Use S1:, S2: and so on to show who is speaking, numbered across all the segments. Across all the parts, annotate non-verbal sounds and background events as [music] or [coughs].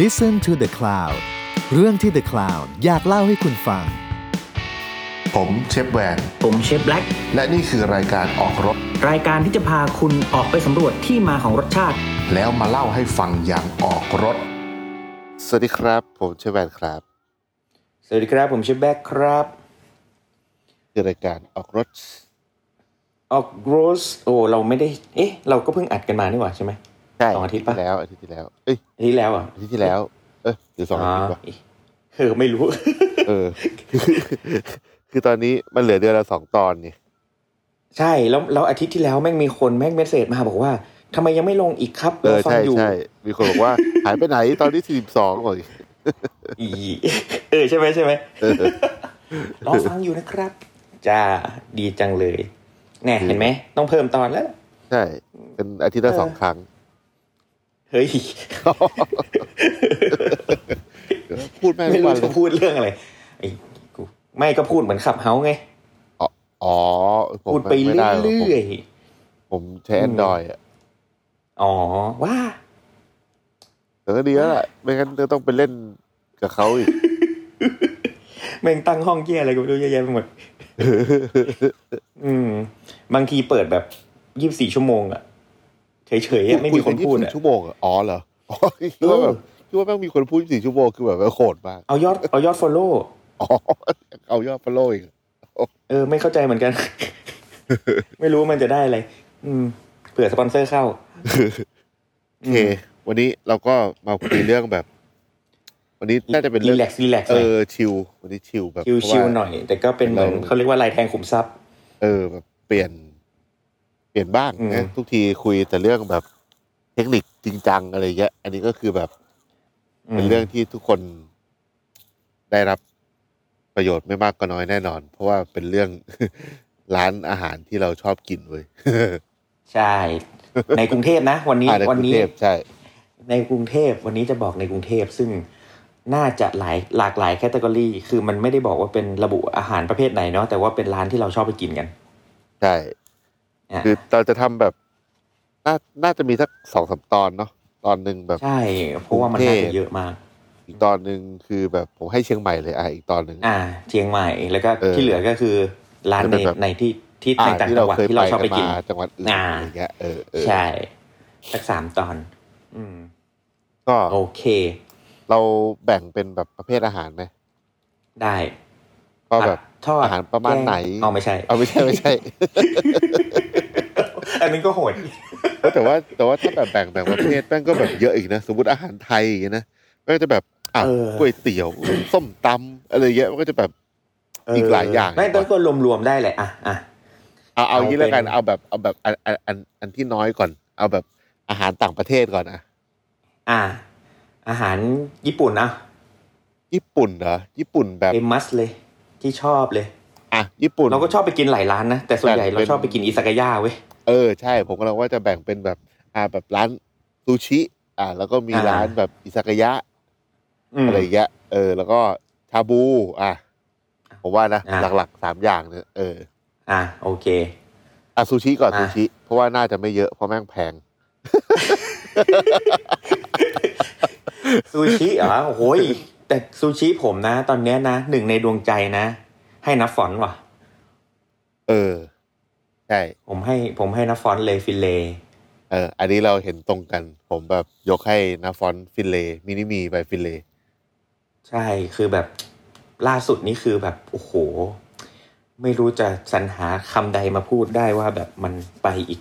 S1: Listen to the Cloud เรื่องที่ The Cloud อยากเล่าให้คุณฟัง
S2: ผมเชฟแวน
S3: ผมเชฟแบล็ก
S2: และนี่คือรายการออกรถ
S3: รายการที่จะพาคุณออกไปสำรวจที่มาของรสชาติ
S2: แล้วมาเล่าให้ฟังอย่างออกรถ
S4: สวัสดีครับ ผมเชฟแวนครับ
S3: สวัสดีครับ ผมเชฟแบล็กครับ
S4: คือรายการออกรถ
S3: ออกโรสโอ้เราไม่ได้ เอ๊ะ เราก็เพิ่งอัดกันมานี่หว่าใช่ไหม
S4: ใช่
S3: สองอาทิตย์ปะ
S4: ที่แล้วอาทิตย์ที่แล้วเอ้ย
S3: อาที่แล้วอ่ะ
S4: อาทิตย์ที่แล้ว เอ้ยหรือสองอาทิตย์วะ
S3: เออไม่รู้ [laughs]
S4: เออ [laughs] คือตอนนี้มันเหลือเดือนละสองตอนเนี่ย
S3: ใช่แล้วแล้วอาทิตย์ที่แล้วแม่งมีคนแม่งเมสเซจมาบอกว่าทำไมยังไม่ลงอีกครับ
S4: เอ
S3: เรา
S4: อ
S3: ฟัง
S4: ใช่
S3: อยู่
S4: ใช่มีคนบอกว่า หายไปไหนตอนที่สี่สิบสองโอ้ย
S3: อี [laughs] เออใช่ไหมใช่ไหม
S4: เออ
S3: [laughs] รอฟังอยู่นะครับ จ้าดีจังเลยแน่เห็นไหมต้องเพิ่มตอนแล้ว
S4: ใช่ เป็นอาทิตย์ละสองครั้ง
S3: เฮ้ย [laughs]
S4: พูดแม่ง
S3: ไม่
S4: ทุกวันเลย
S3: รู้จะพูดเรื่องอะไรไอ้กูไม่ก็พูดเหมือนขับเฮาส์ไง
S4: อ๋อผม
S3: พูดไป
S4: ม่ด้หก
S3: เรื่อย
S4: ผมผมใช้แอนดรอยอ่ะ
S3: ๆ อ๋อ ว่า
S4: แต่ก็ดีแล้วล่ะไม่งั้นก็ต้องไปเล่นกับเขาอีก
S3: แม่งตั้งห้องเกียอะไรก็ไม่รู้เยอะแยะไปหมด
S4: [laughs]
S3: อืม บางทีเปิดแบบยี่สิบสี่ชั่วโมงอะเฉยๆอะไม่มีคนพูด
S4: ยกั
S3: อะ
S4: 24ชั่วโมงอะอ๋อเหรอ [laughs] อ๋อคิดว่าแบบ
S3: เออ
S4: คิดว่าแม่งมีคนพูดสี่ชั่วโมงคือแบบว่าโหดมาก
S3: เอายอดเอายอดฟอลโล่
S4: อ๋อ เอายอดฟอลโล่อีก
S3: เออ ไม่เข้าใจเหมื
S4: [laughs]
S3: อนกัน ไม่รู้ว่ามันจะได้อะไร อืมเผื่อสปอนเซอร์เข้า
S4: โอเค วันนี้เราก็มาคุยเรื่องแบบ วันนี้น่าจะเป็นเรื่อง
S3: relax relax
S4: เอ
S3: หน่อย
S4: อชิลวันนี้ชิลแบบเพราะ
S3: ชิว
S4: ว่า
S3: ๆหน่อย แต่ก็เป็นเหมือน
S4: เรา
S3: เขาเรียกว่าลายแทงขุมทรัพย์
S4: เออแบบเปลี่ยน เปลี่ยนบ้าง
S3: อืม
S4: นะทุกทีคุยแต่เรื่องแบบเทคนิคจริงจังอะไรเงี้ย อันนี้ก็คือแบบเป็นเรื่องที่ทุกคนได้รับประโยชน์ไม่มากก็น้อยแน่นอน เพราะว่าเป็นเรื่อง [laughs] ร้านอาหารที่เราชอบกินเว้ย
S3: ใช่ ในกรุงเทพนะ วันนี้
S4: อ่าในก
S3: วัน
S4: รุง
S3: นี้
S4: เทพใช่
S3: ในกรุงเทพวันนี้จะบอกในกรุงเทพซึ่งน่าจะหลายหลากหลายแคตตากรีคือมันไม่ได้บอกว่าเป็นระบุอาหารประเภทไหนเนาะแต่ว่าเป็นร้านที่เราชอบไปกินกัน
S4: ใช่
S3: อ่ะ
S4: คือเราจะทำแบบน่าน่าจะมีสักสองสามตอนเนาะตอนหนึ่งแบบ
S3: ใช่เพราะว่ามันน่าจะเยอะมาก
S4: อีกตอนหนึ่งคือแบบผมให้เชียงใหม่เลยอ่ะอีกตอนหนึ่ง
S3: อ่าเชียงใหม่แล้วก็
S4: เออ
S3: ที่เหลือก็คือร้าน
S4: จะ
S3: ใน
S4: เป็นแบบ
S3: ในที่ที่ในต่างจังหวัดที่เราชอบไปกิน
S4: จังหวัดอื่น
S3: อ่า
S4: อะไรเงี้ยเออเออ
S3: ใช่สักสามตอน อืม
S4: ก็
S3: โอเค
S4: เราแบ่งเป็นแบบประเภทอาหารไหม
S3: ได้
S4: ก็แบบ
S3: ผัดทอด
S4: อาหารประมาณไหน
S3: แกงอ๋อไม่ใช่
S4: เอาไม่ใช่ไม่ใช่ [laughs]
S3: อันนี้ก็โหด
S4: แต่ว่าแต่ว่าถ้าแบบแบ่งแบ่งประเภทแม่งก็แบบเยอะอีกนะสมมติอาหารไทยอย่างเงี้ยนะแม่งก็จะแบบอ่ะ
S3: เออ
S4: ก๋วยเตี๋ยวส้มตำอะไรเงี้ยมันก็จะแบบ อีกหลายอย่าง
S3: ไม่ต้องก็รวมๆได้แหละอ่ะอ่ะ
S4: เอาเอา
S3: เอา
S4: งี้แล้วกัน
S3: เป็น
S4: เอาแบบเอาแบบอันอันอันอันที่น้อยก่อน เอาแบบอาหารต่างประเทศก่อนอะ
S3: อ่า อาหารญี่ปุ่นอ่ะ
S4: ญี่ปุ่นเหรอญี่ปุ่นแบบ
S3: เอมัสเลย ที่ชอบเลย
S4: อ่ะญี่ปุ่น
S3: เราก็ชอบไปกินหลายร้านนะ แต่ส่วนใหญ่
S4: แบบ
S3: เรา
S4: เป็น
S3: ชอบไปกินอิซากายะเว้ย
S4: เออใช่ ผมกำลังว่าจะแบ่งเป็นแบบอ่าแบบร้านซูชิ อ่า แล้วก็มี
S3: อ่า
S4: ร้านแบบอิซากายะ
S3: อืม
S4: อะไรอย่างเงี้ยเออ แล้วก็ชาบู อ่ะผมว่านะ
S3: อ่า
S4: หลักๆสามอย่างเนี่ยเออ
S3: อ่ะโอเค
S4: อ่ะซูชิก่อน
S3: อ่า
S4: ซูชิ เพราะว่าน่าจะไม่เยอะเพราะแม่งแพง
S3: ซูชิเหรอโอ้โหยแต่ซูชิผมนะ ตอนเนี้ยนะหนึ่งในดวงใจนะ ให้นับฟอนต์ว่ะ
S4: เออ ใช่
S3: ผมให้ผมให้นับฟอนต์เลยฟิเลต์
S4: เออ อันนี้เราเห็นตรงกัน ผมแบบยกให้นาฟอนต์ฟินเลย์มินิมีไปฟินเลย์
S3: ใช่คือแบบล่าสุดนี่คือแบบโอ้โห ไม่รู้จะสรรหาคำใดมาพูดได้ว่าแบบมันไปอีก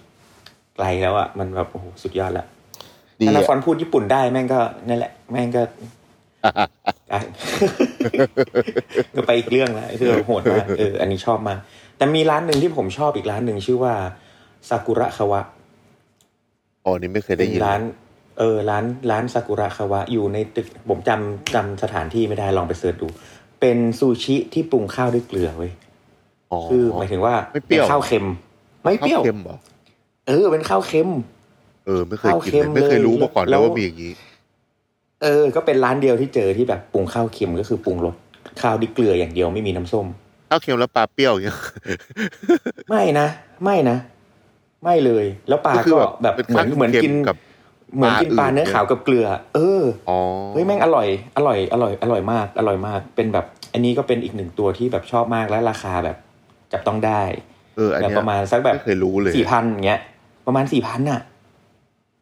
S3: ไกลแล้วอะมันแบบโอ้โหสุดยอดละ
S4: ดี
S3: ถ้านา
S4: อะ
S3: ฟอนพูดญี่ปุ่นได้แม่งก็นั่นแหละ แม่
S4: [laughs]
S3: งก็ อ่ะ ก็ไปอีกเรื่องละคือโหดมากเออ อันนี้ชอบมาก แต่มีร้านหนึ่งที่ผมชอบอีกร้านหนึ่งชื่อว่าซากุระคาวะ
S4: อ๋อนี่ไม่เคยได้ยิน
S3: ร้าน เออ ร้านร้านซากุระคาวะอยู่ในตึกผมจำจำสถานที่ไม่ได้ลองไปเสิร์ชดู เป็นซูชิที่ปรุงข้าวด้วยเกลือเว้ยคือหมายถึงว่า
S4: ไม่เปรี้ยว
S3: นข้าวเค็ม ไม่เปรี้ยว
S4: ข้าเค็มเหรอ
S3: เออเป็นข้าวเค็ม
S4: เออ ไม่เคยกิน
S3: ข้าวเค็
S4: เล
S3: ม
S4: ย ไม่เคยรู้มาก่อน
S3: แล้
S4: แล้ว วว่ามีอย่างนี้
S3: เออ ก็เป็นร้านเดียวที่เจอที่แบบปรุงข้าวเค็มก็คือปรุงรสข้าวด้วยเกลืออย่างเดียวไม่มีน้ำส้ม
S4: ข้าวเค็มแล้วปลาเปรี้ยวอย่างเงี้ย
S3: ไม่นะ ไม่นะ ไม่เลย แล้วปลา
S4: ก็คือ
S3: ก็
S4: แบบ
S3: แบบ
S4: เป็น
S3: เหมื
S4: ข้าวน
S3: อเหมือน
S4: เค็ม
S3: กิน
S4: กับ
S3: เหมือนกินปลาเนื้อขาวกับเกลือ เออ
S4: อ๋อ
S3: เฮ้ยแม่งอร่อย อร่อย อร่อย อร่อยมาก อร่อยมาก เป็นแบบ อันนี้ก็เป็นอีกหนึ่งตัวที่แบบชอบมากและราคาแบบ จับต้องได้
S4: เอออัน
S3: แบบ
S4: เนี้ย
S3: ประมาณสักแบบ
S4: ไม่เคยรู้เลย
S3: สี่พันเงี้ย ประมาณสี่พันอ่ะ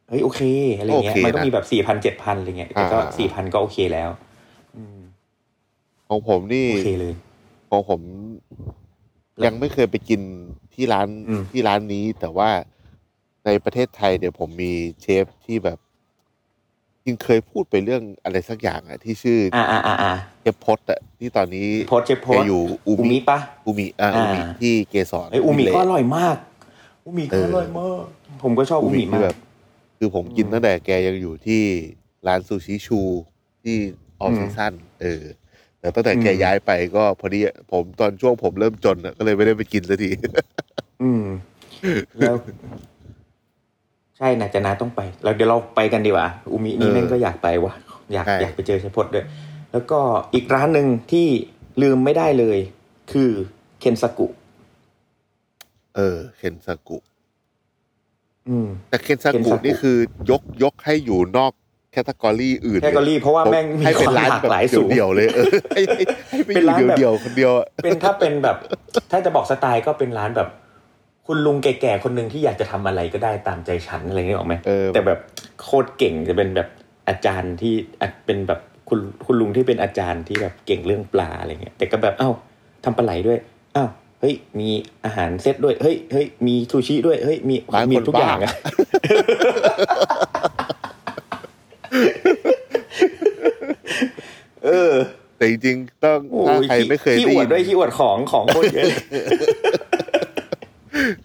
S3: เฮ้ยโอเคอะไรเงี้ย
S4: โอเคนะ
S3: มันก็มีแบบสี่พันเจ็ดพันอะไรเงี้ย แต่ก็
S4: อ่า
S3: สี่พันก็โอเคแล้ว อืม
S4: ของผมนี่
S3: โอเคเลย
S4: ของผม ยังไม่เคยไปกินที่ร้าน
S3: อืม
S4: ที่ร้านนี้ แต่ว่าในประเทศไทยเดี๋ยวผมมีเชฟที่แบบจริงเคยพูดไปเรื่องอะไรสักอย่างอะที่ชื่ออ
S3: อ่าอ่าอ่าอ่า
S4: เชฟพดอะที่ตอนนี้
S3: โพสต์เจ็บโพส
S4: แก
S3: ต์
S4: อยู่อู
S3: อู
S4: มิ
S3: มิปะ
S4: อูมิอ่า
S3: อ่า
S4: อูมิที่เกสร
S3: ไอยอู
S4: วิล
S3: มิ
S4: เลจ
S3: ก็อร่อยมาก อูมิก็อร่อยมาก ผมก็ชอบอูมิ
S4: คื
S3: มา
S4: แบ
S3: ก
S4: บ คือผมกิน
S3: อืม
S4: ตั้งแต่แกยังอยู่ที่ร้านซูชิชูที่ออฟ
S3: อืม
S4: ซีซั่นเออแต่ตั้งแต่
S3: อืม
S4: แกย้ายไปก็พอดีผมตอนช่วงผมเริ่มจนอะก็เลยไม่ได้ไปกินสักที
S3: อืม แล้ว ใช่นะจะนาต้องไป เราเดี๋ยวเราไปกันดีกว่าอูมินี่
S4: เออ
S3: แม่งก็อยากไปวะอยาก
S4: ใช่
S3: อยากไปเจอชัยพดด้วย แล้วก็อีกร้านหนึ่งที่ลืมไม่ได้เลย คือเคนซากุ
S4: เออเคนซากุ
S3: อืม
S4: แต่เคนซา
S3: เคน
S4: กุ
S3: ซากุ
S4: นี่คือยกยกให้อยู่นอกแคตตากรีอื่น
S3: แคตตา
S4: เลย
S3: ลีเพราะว่า
S4: ผม
S3: แม่งมี
S4: ให้
S3: ค
S4: เป็น
S3: วาม
S4: ร้าน
S3: หลาก
S4: แบบ
S3: หลายสูง
S4: เดียวๆเลยเออให้ให้ให้ไปอ
S3: เป็
S4: น ยู่
S3: ร้านแบบ
S4: เดียวๆคนเดียวอะ
S3: เป็นถ้าเป็นแบบ ถ้าจะบอกสไตล์ก็เป็นร้านแบบ คุณลุงแก่ๆคนหนึ่งที่อยากจะทำอะไรก็ได้ตามใจฉันอะไรนี่ออกไหม
S4: เออ
S3: แต่แบบโคตรเก่งจะเป็นแบบอาจารย์ที่อ่ะเป็นแบบคุณคุณลุงที่เป็นอาจารย์ที่แบบเก่งเรื่องปลาอะไรเงี้ย แต่ก็แบบเอ้าทำปลาไหลด้วยเอ้าเฮ้ย มีอาหารเซตด้วยเฮ้ยเฮ้ยมีซูชิด้วยเฮ้ยมี
S4: ร้าน
S3: มี
S4: คน
S3: ทุกอ
S4: บ้า
S3: ย่างอะเออ
S4: แต่จริงๆต้อง
S3: โอ้
S4: ถ้าย ใครไม่เคย
S3: ขี้
S4: ได้
S3: อว
S4: ยิ
S3: ด
S4: น
S3: ด้วยขี้อวดของของโคตรเยอะเลย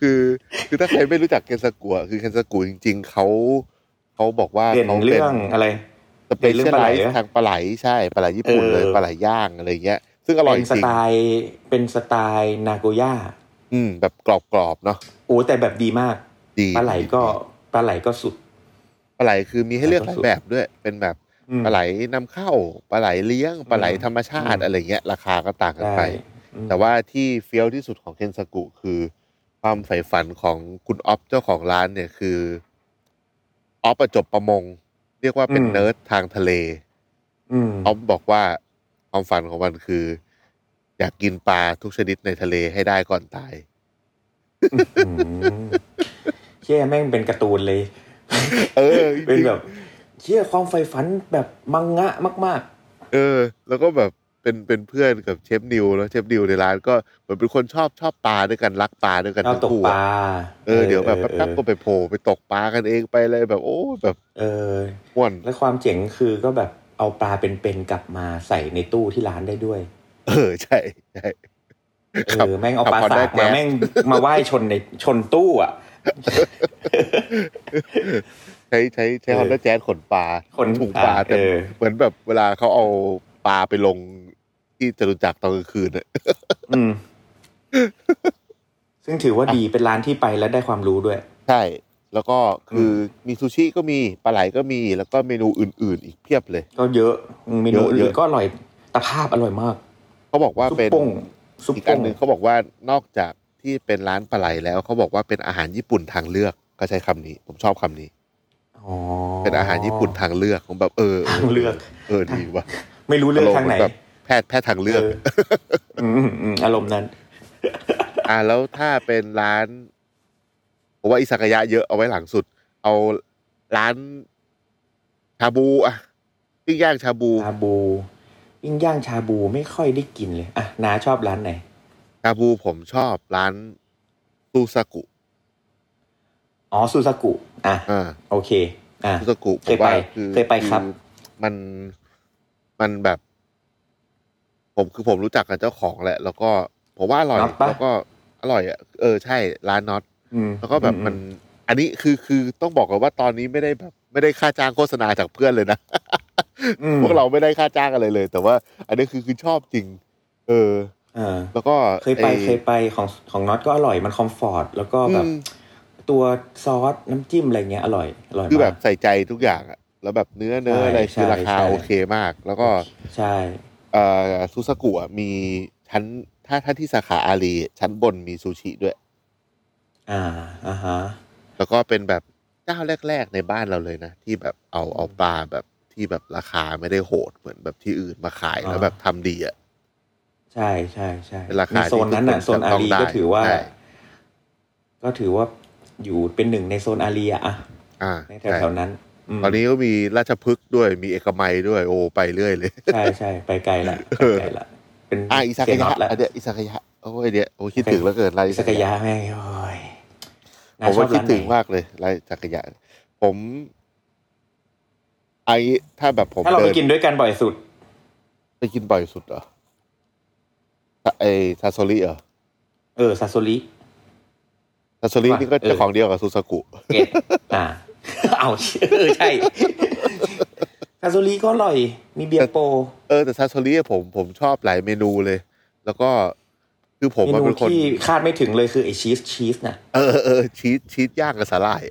S4: คือคือถ้าใครไม่รู้จักเคนซากุอะคือเคนซากุจริง ๆเขาเขาบอกว่า
S3: เด่น
S4: เขา
S3: เรื่องอะไร
S4: สเป
S3: เด่นเรื่
S4: เชี
S3: อ
S4: ล
S3: ย งปลา
S4: ไลซ์
S3: ไหลนะ
S4: ทางปลาไหลใช่ปลาไหลญี่ปุ่นเลย
S3: เออ
S4: ปลาไหลย่างอะไรเงี้ย ซึ่งอร่อย
S3: เป็น
S4: จ
S3: ส
S4: ริง
S3: ไตล์เป็นสไตล์นาโกย่า
S4: อืมแบบกรอบๆเนาะ
S3: โอ้แต่แบบดีมาก
S4: ดี
S3: ปลาไหลก็ปลาไหลก็สุด
S4: ปลาไหลคือมีให้เลือกห
S3: ปลา
S4: ลาย
S3: ไหล
S4: แบบด้วย เป็นแบบ
S3: อืม
S4: ปลาไหลนำเข้าปลาไหลเลี้ยงปลาไหลธรรมชาติ
S3: อืม
S4: อะไรเงี้ย ราคาก็ต่างกัน
S3: ได้
S4: ไป
S3: อืม
S4: แต่ว่าที่เฟี้ยวที่สุดของเคนซากุคือความใฝ่ฝันของคุณออฟเจ้าของร้านเนี่ยคือออฟอะจบประมง เรียกว่าเป็น
S3: อืม
S4: เนิร์ดทางทะเล
S3: อืม
S4: ออฟบอกว่าความฝันของมันคือ อยากกินปลาทุกชนิดในทะเลให้ได้ก่อนตาย
S3: อืมเชี่ยแม่งเป็นการ์ตูนเลย
S4: เออ
S3: เป็น
S4: จริง
S3: แบบเชี่ยความใฝ่ฝันแบบมังงะมาก
S4: เออ แล้วก็แบบเป็นเป็นเพื่อนกับเชฟนิวแล้วเชฟนิวในร้านก็เหมือนเป็นคนชอบชอบปลาด้วยกันรักปลาด้วยกั
S3: ๆ
S4: น
S3: เรา
S4: ทั้ง
S3: ตก
S4: คู่
S3: ป
S4: อะ
S3: ลา
S4: เออเดี๋ยวแบบแป๊บๆก็
S3: เออ
S4: ไปโผล่ไปตกปลากันเองไปเลยแบบ โอ้แบบ
S3: เออ
S4: ม่วน
S3: และความเจ๋งคือก็แบบเอาปลาเป็นๆกลับมาใส่ในตู้ที่ร้านได้ด้วย
S4: เออใช่ใช่
S3: เอ
S4: ครับ
S3: อแม่งเอาปลา
S4: ครับพ
S3: สากมา
S4: อได้แก๊ส
S3: แม่งมาว่ายชนในชนตู้อ่ะ
S4: ใช้ใช้ใช้
S3: เออ
S4: ฮอนด้าแจ๊ขนปลา
S3: ขน
S4: ถุงปลา
S3: ปลา
S4: แต่
S3: เออ
S4: เหมือนแบบเวลาเขาเอาปลาไปลงที่จตุจักรตอนกลางคืนอะ [laughs]
S3: อืม ซึ่งถือว่าดีเป็นร้านที่ไปแล้วได้ความรู้ด้วย
S4: ใช่ แล้วก็คือมีซูชิก็มีปลาไหลก็มีแล้วก็เมนูอื่น ๆ อีกเพียบเลย
S3: ก็เยอะอืมเมนู
S4: เย
S3: อื่
S4: อะ
S3: น
S4: ๆ
S3: ก็อร่อยตะภาพอร่อยมาก
S4: เขาบอกว่า
S3: ซุป
S4: เป็น
S3: โป้งซุป
S4: อีกอั
S3: โป้
S4: น
S3: ง
S4: หนึ่งเขาบอกว่านอกจากที่เป็นร้านปลาไหลแล้วเขาบอกว่าเป็นอาหารญี่ปุ่นทางเลือกก็ใช้คำนี้ ผมชอบคำนี้
S3: อ๋อ
S4: เป็นอาหารญี่ปุ่นทางเลือกผมแบบเออ
S3: ทางเลือก
S4: เออดีว่ะ
S3: ไม่รู้เลือกทางไหน
S4: แบบแพทย์แพทย์ทางเลือก
S3: เอออืมอืมอืมอารมณ์นั้น
S4: อ่าแล้วถ้าเป็นร้านผมว่าอิซากายะเยอะเอาไว้หลังสุด เอาร้านชาบูอะปิ้งย่างชาบู
S3: ชาบูยิ่งย่างชาบูไม่ค่อยได้กินเลย อ่ะนาชอบร้านไหน
S4: ชาบูผมชอบร้านซูซากุ
S3: อ๋อ ซูซากุ อ่ะ
S4: อ่า
S3: โอเค อ่ะ
S4: ซูซากุผ
S3: เค
S4: ม
S3: ยไป
S4: ว่าคือ
S3: เคยไปครับ
S4: อมันมันแบบ ผมคือผมรู้จักกับเจ้าของแหละ แล้วก็ผมว่าอร่อย
S3: น็อตปะ
S4: แล้วก็อร่อยอ่ะเออใช่ร้านน็อต
S3: อืม
S4: แล้วก็แบบมัน อันนี้คือคือต้องบอกก่อนว่าตอนนี้ไม่ได้แบบ ไม่ได้ค่าจ้างโฆษณาจากเพื่อนเลยนะ
S3: อืม
S4: พวกเราไม่ได้ค่าจ้างอะไรเลย แต่ว่า อันนี้คือคือชอบจริง เออ
S3: เออ
S4: แล้วก็
S3: เคยไป
S4: อ้
S3: เคยไปของของน็อตก็อร่อยมันคอมฟอร์ต แล้วก็แบบ
S4: อืม
S3: ตัวซอสน้ำจิ้มอะไรเงี้ยอร่อยอร่อยมาก
S4: คือแบบใส่ใจทุกอย่างอะแล้วแบบเนื้อเนื้ออะ
S3: ใช่
S4: ไรคือ
S3: ใช่
S4: ราคา
S3: ใช่
S4: โอเคมาก แล้วก็
S3: ใช่
S4: เอ่อซูซากุอะมีชั้นถ้าถ้าที่สาขาอารีชั้นบนมีซูชิด้วย
S3: อ่าอ่าฮะ
S4: แล้วก็เป็นแบบ เจ้าแรก ๆ ในบ้านเราเลยนะ ที่แบบเอาเอาปลาแบบที่แบบราคาไม่ได้โหดเหมือนแบบที่อื่นมาขายแล้วแบบทำดีอ่ะ
S3: ใช่ใช่ใช่
S4: เป็นราคา
S3: ในโซนนั้นอ่ะ
S4: ที่
S3: โซ
S4: ทุกคน
S3: นอารี
S4: จับต้องได้
S3: ก็ถือว่า
S4: ใช่
S3: ก็ถือว่าอยู่เป็นหนึ่งในโซนอารีอะอะ
S4: อ่า
S3: ใน
S4: ใช่
S3: แถวๆนั้นม
S4: ตอนนี้ก็มีราชพฤกษ์ด้วยมีเอกมัยด้วยโอ้ไปเรื่อยเลย
S3: ใช่ใช่ไปไกลละไปไกลละเป็น
S4: อ่ะอิสาก
S3: เสียน็
S4: ยะ
S3: อตละ
S4: อันเดียอิสากยะโอ้ยเดียโอ้คิดถึงแล้วเกินไร
S3: อิ
S4: อิ
S3: ส
S4: สา
S3: กาย
S4: กะ
S3: ยะแม่งโอ้ยน่
S4: ผมว่า
S3: ชอบ
S4: คิด
S3: ร้น
S4: ถึง
S3: ไหน
S4: มากเลยไรอิสากยะผมไอถ้าแบบผม
S3: ถ้าเราไป
S4: เดิน
S3: กินด้วยกันบ่อยสุด
S4: ไปกินบ่อยสุดเหรอไอซาโซริเหรอ
S3: เออซาโซริ
S4: ซาโซริ
S3: ว่า
S4: นี่ก็
S3: เออ
S4: เจ้าของเดียวกับซูซากุ
S3: เกตอ่า [laughs] เอาเออใช่ซาโซริก็อร่อย มีเบียร์โป
S4: เออแต่ซาโซริอะผมผมชอบหลายเมนูเลย แล้วก็คือผม
S3: เม
S4: อะ
S3: นู
S4: เป็นคน
S3: ที่คาดไม่ถึงเลยคือไอชีสชีสน่ะ
S4: เออเออชีสชีสย่างกับสาหร่าย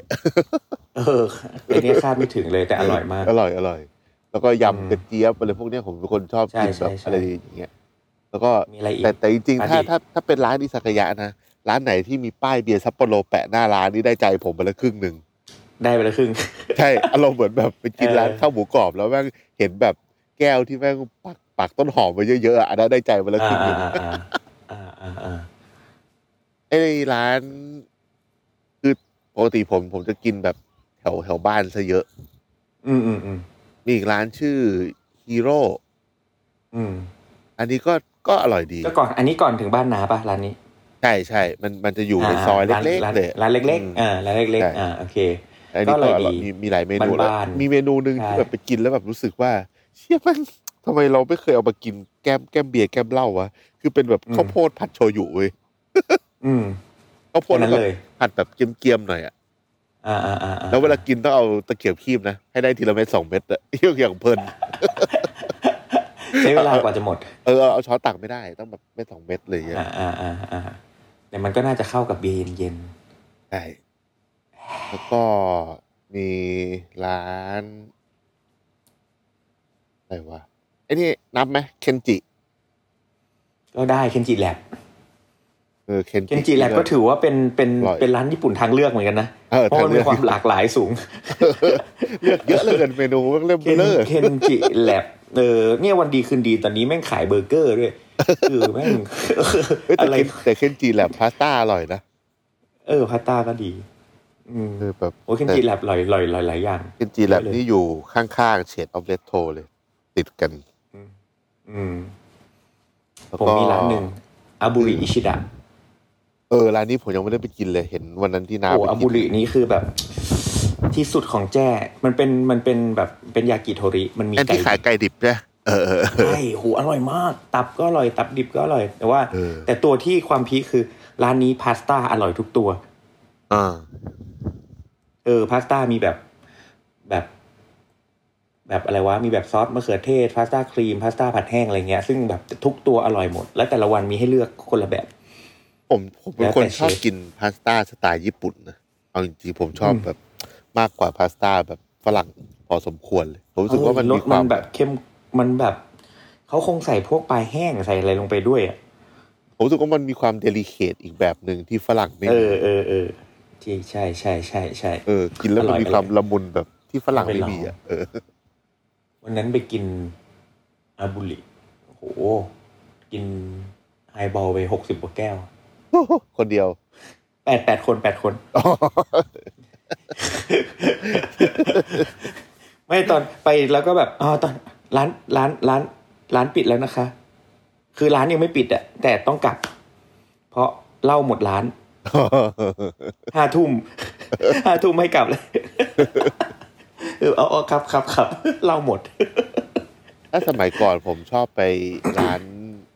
S3: เออไอเนี้ยคาดไม่ถึงเลยแต่อร่อยมาก
S4: อร่อยอร่อย แล้วก็ยำกระเจี๊ยบอะไรพวกเนี้ยผมเป็นคนชอบ
S3: ใช่
S4: กินแบบ
S3: ใช่ใช่
S4: อะไรอย่างเงี้ย แล้วก็
S3: มีอะไรอีก
S4: แต่แต่จริงๆถ้า
S3: อันนี้
S4: ถ้าถ้าเป็นร้านอิสากายะนะร้านไหนที่มีป้ายเบียร์ซัปโปโรแปะหน้าร้านนี่ได้ใจผมไปละครึ่งหนึ่ง
S3: ได้ไปละครึ่ง
S4: ใช่ [laughs] อารมณ์เหมือนแบบไปกิน
S3: เออ
S4: ร้านข้าวหมูกรอบแล้วแม่งเห็นแบบแก้วที่แม่งปักปักต้นหอมไว้เยอะๆอ่ะอันนั้นได้ใจไปละค
S3: อ่า
S4: รึ่งหนึ่ง
S3: อ่าอ่าอ่าอ่าอ่า
S4: ไอ้ร้านคือปกติผมผมจะกินแบบแถวแถวบ้านซะเยอะ
S3: อืมอืมอืม
S4: มีอีกร้านชื่อฮีโร่
S3: อืม
S4: อันนี้ก็ก็อร่อยดี
S3: ก็ก่อนอันนี้ก่อนถึงบ้านนาปะร้านนี้
S4: ใช่ใช่ มันมันจะอยู่ในซอย
S3: า
S4: เล็ก
S3: ร้าน
S4: ๆเลย
S3: ร้านเล็ก
S4: อืม
S3: ๆ อ่าร้านเล็ก
S4: ใช่
S3: ๆอ่าโอเค
S4: อันนี้
S3: ก็
S4: ก็อ
S3: อร่
S4: ร่
S3: อ
S4: อย ย
S3: ดี
S4: มีมีหลายเมนูแล้ว
S3: บ้านๆ
S4: มีเมนูหนึ่ง
S3: ใช่
S4: ที่แบบไปกินแล้วแบบรู้สึกว่า เชี่ยมันทำไมเราไม่เคยเอามากินแก้มแก้มเบียร์แก้มเหล้าวะ คือเป็นแบบข้าวโพดผัดโชยุเว้ย
S3: อืม
S4: ข้าวโพด
S3: แค่นั้น
S4: แบบ
S3: เลย
S4: ผัดแบบเกียมๆหน่อยอะ
S3: อ่าอ่าอ่าอ่า
S4: แล้วเวลากินต้องเอาตะเกียบคีบนะ ให้ได้ทีละเม็ดสองเม็ดอะ [laughs] เยี่ยอย่างเพลิน
S3: ใช้เวลากว่าจะหมด
S4: เออเอาช้อนตักไม่ได้ต้องแบบเม็ดสองเม็ดเลยอยางเงี้ย
S3: อ่าอ่าอ่าอ่าแต่มันก็น่าจะเข้ากับเบียร์เย็น
S4: ใช่แล้วก็มีร้านอะไรวะไอ้นี่นับไหมเคนจิ
S3: ๆก็ได้เคนจิแลบ
S4: เออเคน
S3: เคนจิแลบก็ถือว่าเป็นเป็น
S4: อร่อย
S3: เป็นร้านญี่ปุ่นทางเลือกเหมือนกันนะ
S4: เออ
S3: เพราะ
S4: ทาง
S3: มัน
S4: เลื
S3: มี
S4: อก
S3: ความหลากหลายสูง
S4: [laughs] เลือกเยอะเหลยกันเมนูมันเริ่ม
S3: เคน
S4: เบลอ
S3: เคนจิแลบเออเนี่ยวันดีคืนดีตอนนี้แม่งขายเบอร์เกอร์
S4: [laughs]
S3: ด้วยคือแม่ง
S4: เฮ้ย
S3: อะ
S4: แต่
S3: ไร
S4: เคนแต่เคนจิแหละพาสต้าอร่อยนะ
S3: เออพาสต้าก็ดี อืม
S4: เออแบบ
S3: โอ้ยเคนจิแลบลอยลอยลอยหลายอย่าง
S4: เคนจิแหละ
S3: เยอะเลย
S4: นี่อยู่ข้างๆเฉดออฟเลตโทเลย ติดกัน
S3: อืม
S4: แล้ว
S3: ผม
S4: ก็
S3: มีร้านหนึ่งอาบุริอิชิดะ
S4: เออร้านนี้ผมยังไม่ได้ไปกินเลยเห็นวันนั้นที่น้า
S3: โอ้
S4: ไป
S3: อา
S4: กิ
S3: บุรินี้คือแบบ ที่สุดของแจ้ มันเป็นมันเป็นแบบเป็นยากิโทริ มันมี
S4: อัน
S3: ไก่
S4: ที่ขายไก่ดิบใช่ไหมเออเออ
S3: ใช่โหอร่อยมาก ตับก็อร่อยตับดิบก็อร่อย แต่ว่า
S4: เออ
S3: แต่ตัวที่ความพีคคือร้านนี้พาสต้าอร่อยทุกตัว
S4: อ่า
S3: เออพาสต้ามีแบบแบบ แบบอะไรวะ มีแบบซอสมะเขือเทศพาสต้าครีมพาสต้าผัดแห้งอะไรเงี้ยซึ่งแบบทุกตัวอร่อยหมด และแต่ละวันมีให้เลือกคนละแบบ
S4: ผมผมเป็นคน
S3: แล้วแต่
S4: ชอบ
S3: เชฟ
S4: กินพาสต้าสไตล์ญี่ปุ่นนะเอาจริงๆผมชอบ
S3: อืม
S4: แบบมากกว่าพาสต้าแบบฝรั่งพอสมควรเลยผมรู้สึกว่ามัน
S3: เออร
S4: มี
S3: ส
S4: ค
S3: มั
S4: วาม
S3: นแบบเข้มมันแบบ เขาคงใส่พวกปลาแห้งใส่อะไรลงไปด้วยอะ
S4: ผมรู้สึกว่ามันมีความเดลิเคทอีกแบบหนึ่งที่ฝรั่งไม่
S3: เอ
S4: มี
S3: อเออเออใช่ใช่ใช่ใช่ใช่
S4: เออ กินแล้ว
S3: อร่
S4: มัน
S3: อย
S4: มีความละมุนแบบที่ฝรั่ง
S3: ไม่
S4: ไม่
S3: เป็น
S4: มี
S3: เรา
S4: อ่ะเออ
S3: วันนั้นไปกินอาบุริโอ้โหกินไฮบอลไปหกสิบกว่าแก้ว
S4: [laughs] คนเดียว
S3: แปดแปดคนแปดคน
S4: อ๋อ
S3: [laughs] ไม่ตอนไปแล้วก็แบบอ๋อตอนร้านร้านร้านร้านปิดแล้วนะคะ คือร้านยังไม่ปิดอะแต่ต้องกลับ เพราะเหล้าหมดร้านห้าทุ่ม ห้าทุ่มไม่กลับเลย [laughs] เออเอาเอาครับครับครับเหล้าหมด [laughs]
S4: ถ้าสมัยก่อนผมชอบไปร้าน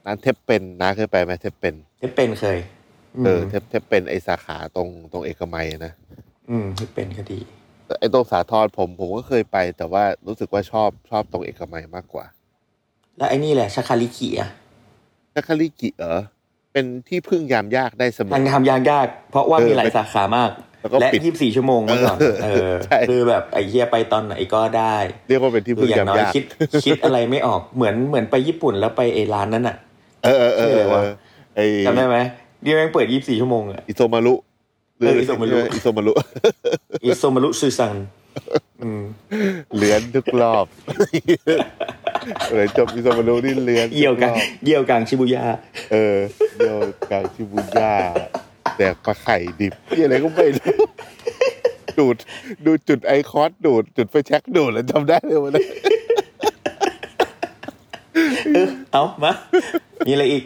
S4: ร้านเทปเป็นนะเคยไปไหมเทปเป็น
S3: จะเป็นเคย
S4: เออเทปเทปเป็นไอสาขาตรงตรงเอกมัยนะ
S3: อืมจะเป็นก็ดี
S4: แต่ไอตรงสาทรผมผมก็เคยไป แต่ว่ารู้สึกว่าชอบชอบตรงเอกมัยมากกว่า
S3: แล้วไอ้นี่แหละชาคาลิกิอะ
S4: ถ้าคาริกิเหรอเป็นที่พึ่งยามยากได้เสม
S3: ทา
S4: อ
S3: งทำยากยาก เพราะว่า
S4: เออ
S3: มีหลายสาขามาก
S4: แล้วก็
S3: และ
S4: ปิด
S3: ยี่สิบสี่ชั่วโมงเมื่อก่อน
S4: เออ
S3: เออ
S4: ใช่
S3: คือแบบไอ้เหี้ยไปตอนไหนก็ได้
S4: เรียกว่าเป็นที่
S3: คือง อย่าย
S4: พึ่าง ม
S3: น้อย
S4: ยาก
S3: คิดคิดอะไรไม่ออกเหมือนเหมือนไปญี่ปุ่นแล้วไปไอ้ร้านนั้นอ่ะ
S4: เออเออเอ
S3: ชื่ออะไร
S4: อ
S3: วะ
S4: ไอ
S3: จำได้ไหมนี่แม่งเปิด 24 ชั่วโมงอ่ะ
S4: อิโซมารุ เรื่อง
S3: เอออิโซมารุ
S4: อิโซมารุ
S3: อิโซมารุซูซันอืม
S4: [laughs] เหลือนทุกรอบ [laughs] เหลือนจบอิโซมารุนี่เหลือนทุรอบ
S3: เยี่ยวกลางเยี่ยวกลางชิบูย่า
S4: เออเยี่ยวกลางชิบุย่าแตกปลาไข่ดิบที่อะไรก็ไม่รู้ดูดดูจุดไอคอนดูดจุดไฟแช็กดูดแล้วจำได้เลยวันนั้น
S3: เออเอามามีอะไรอีก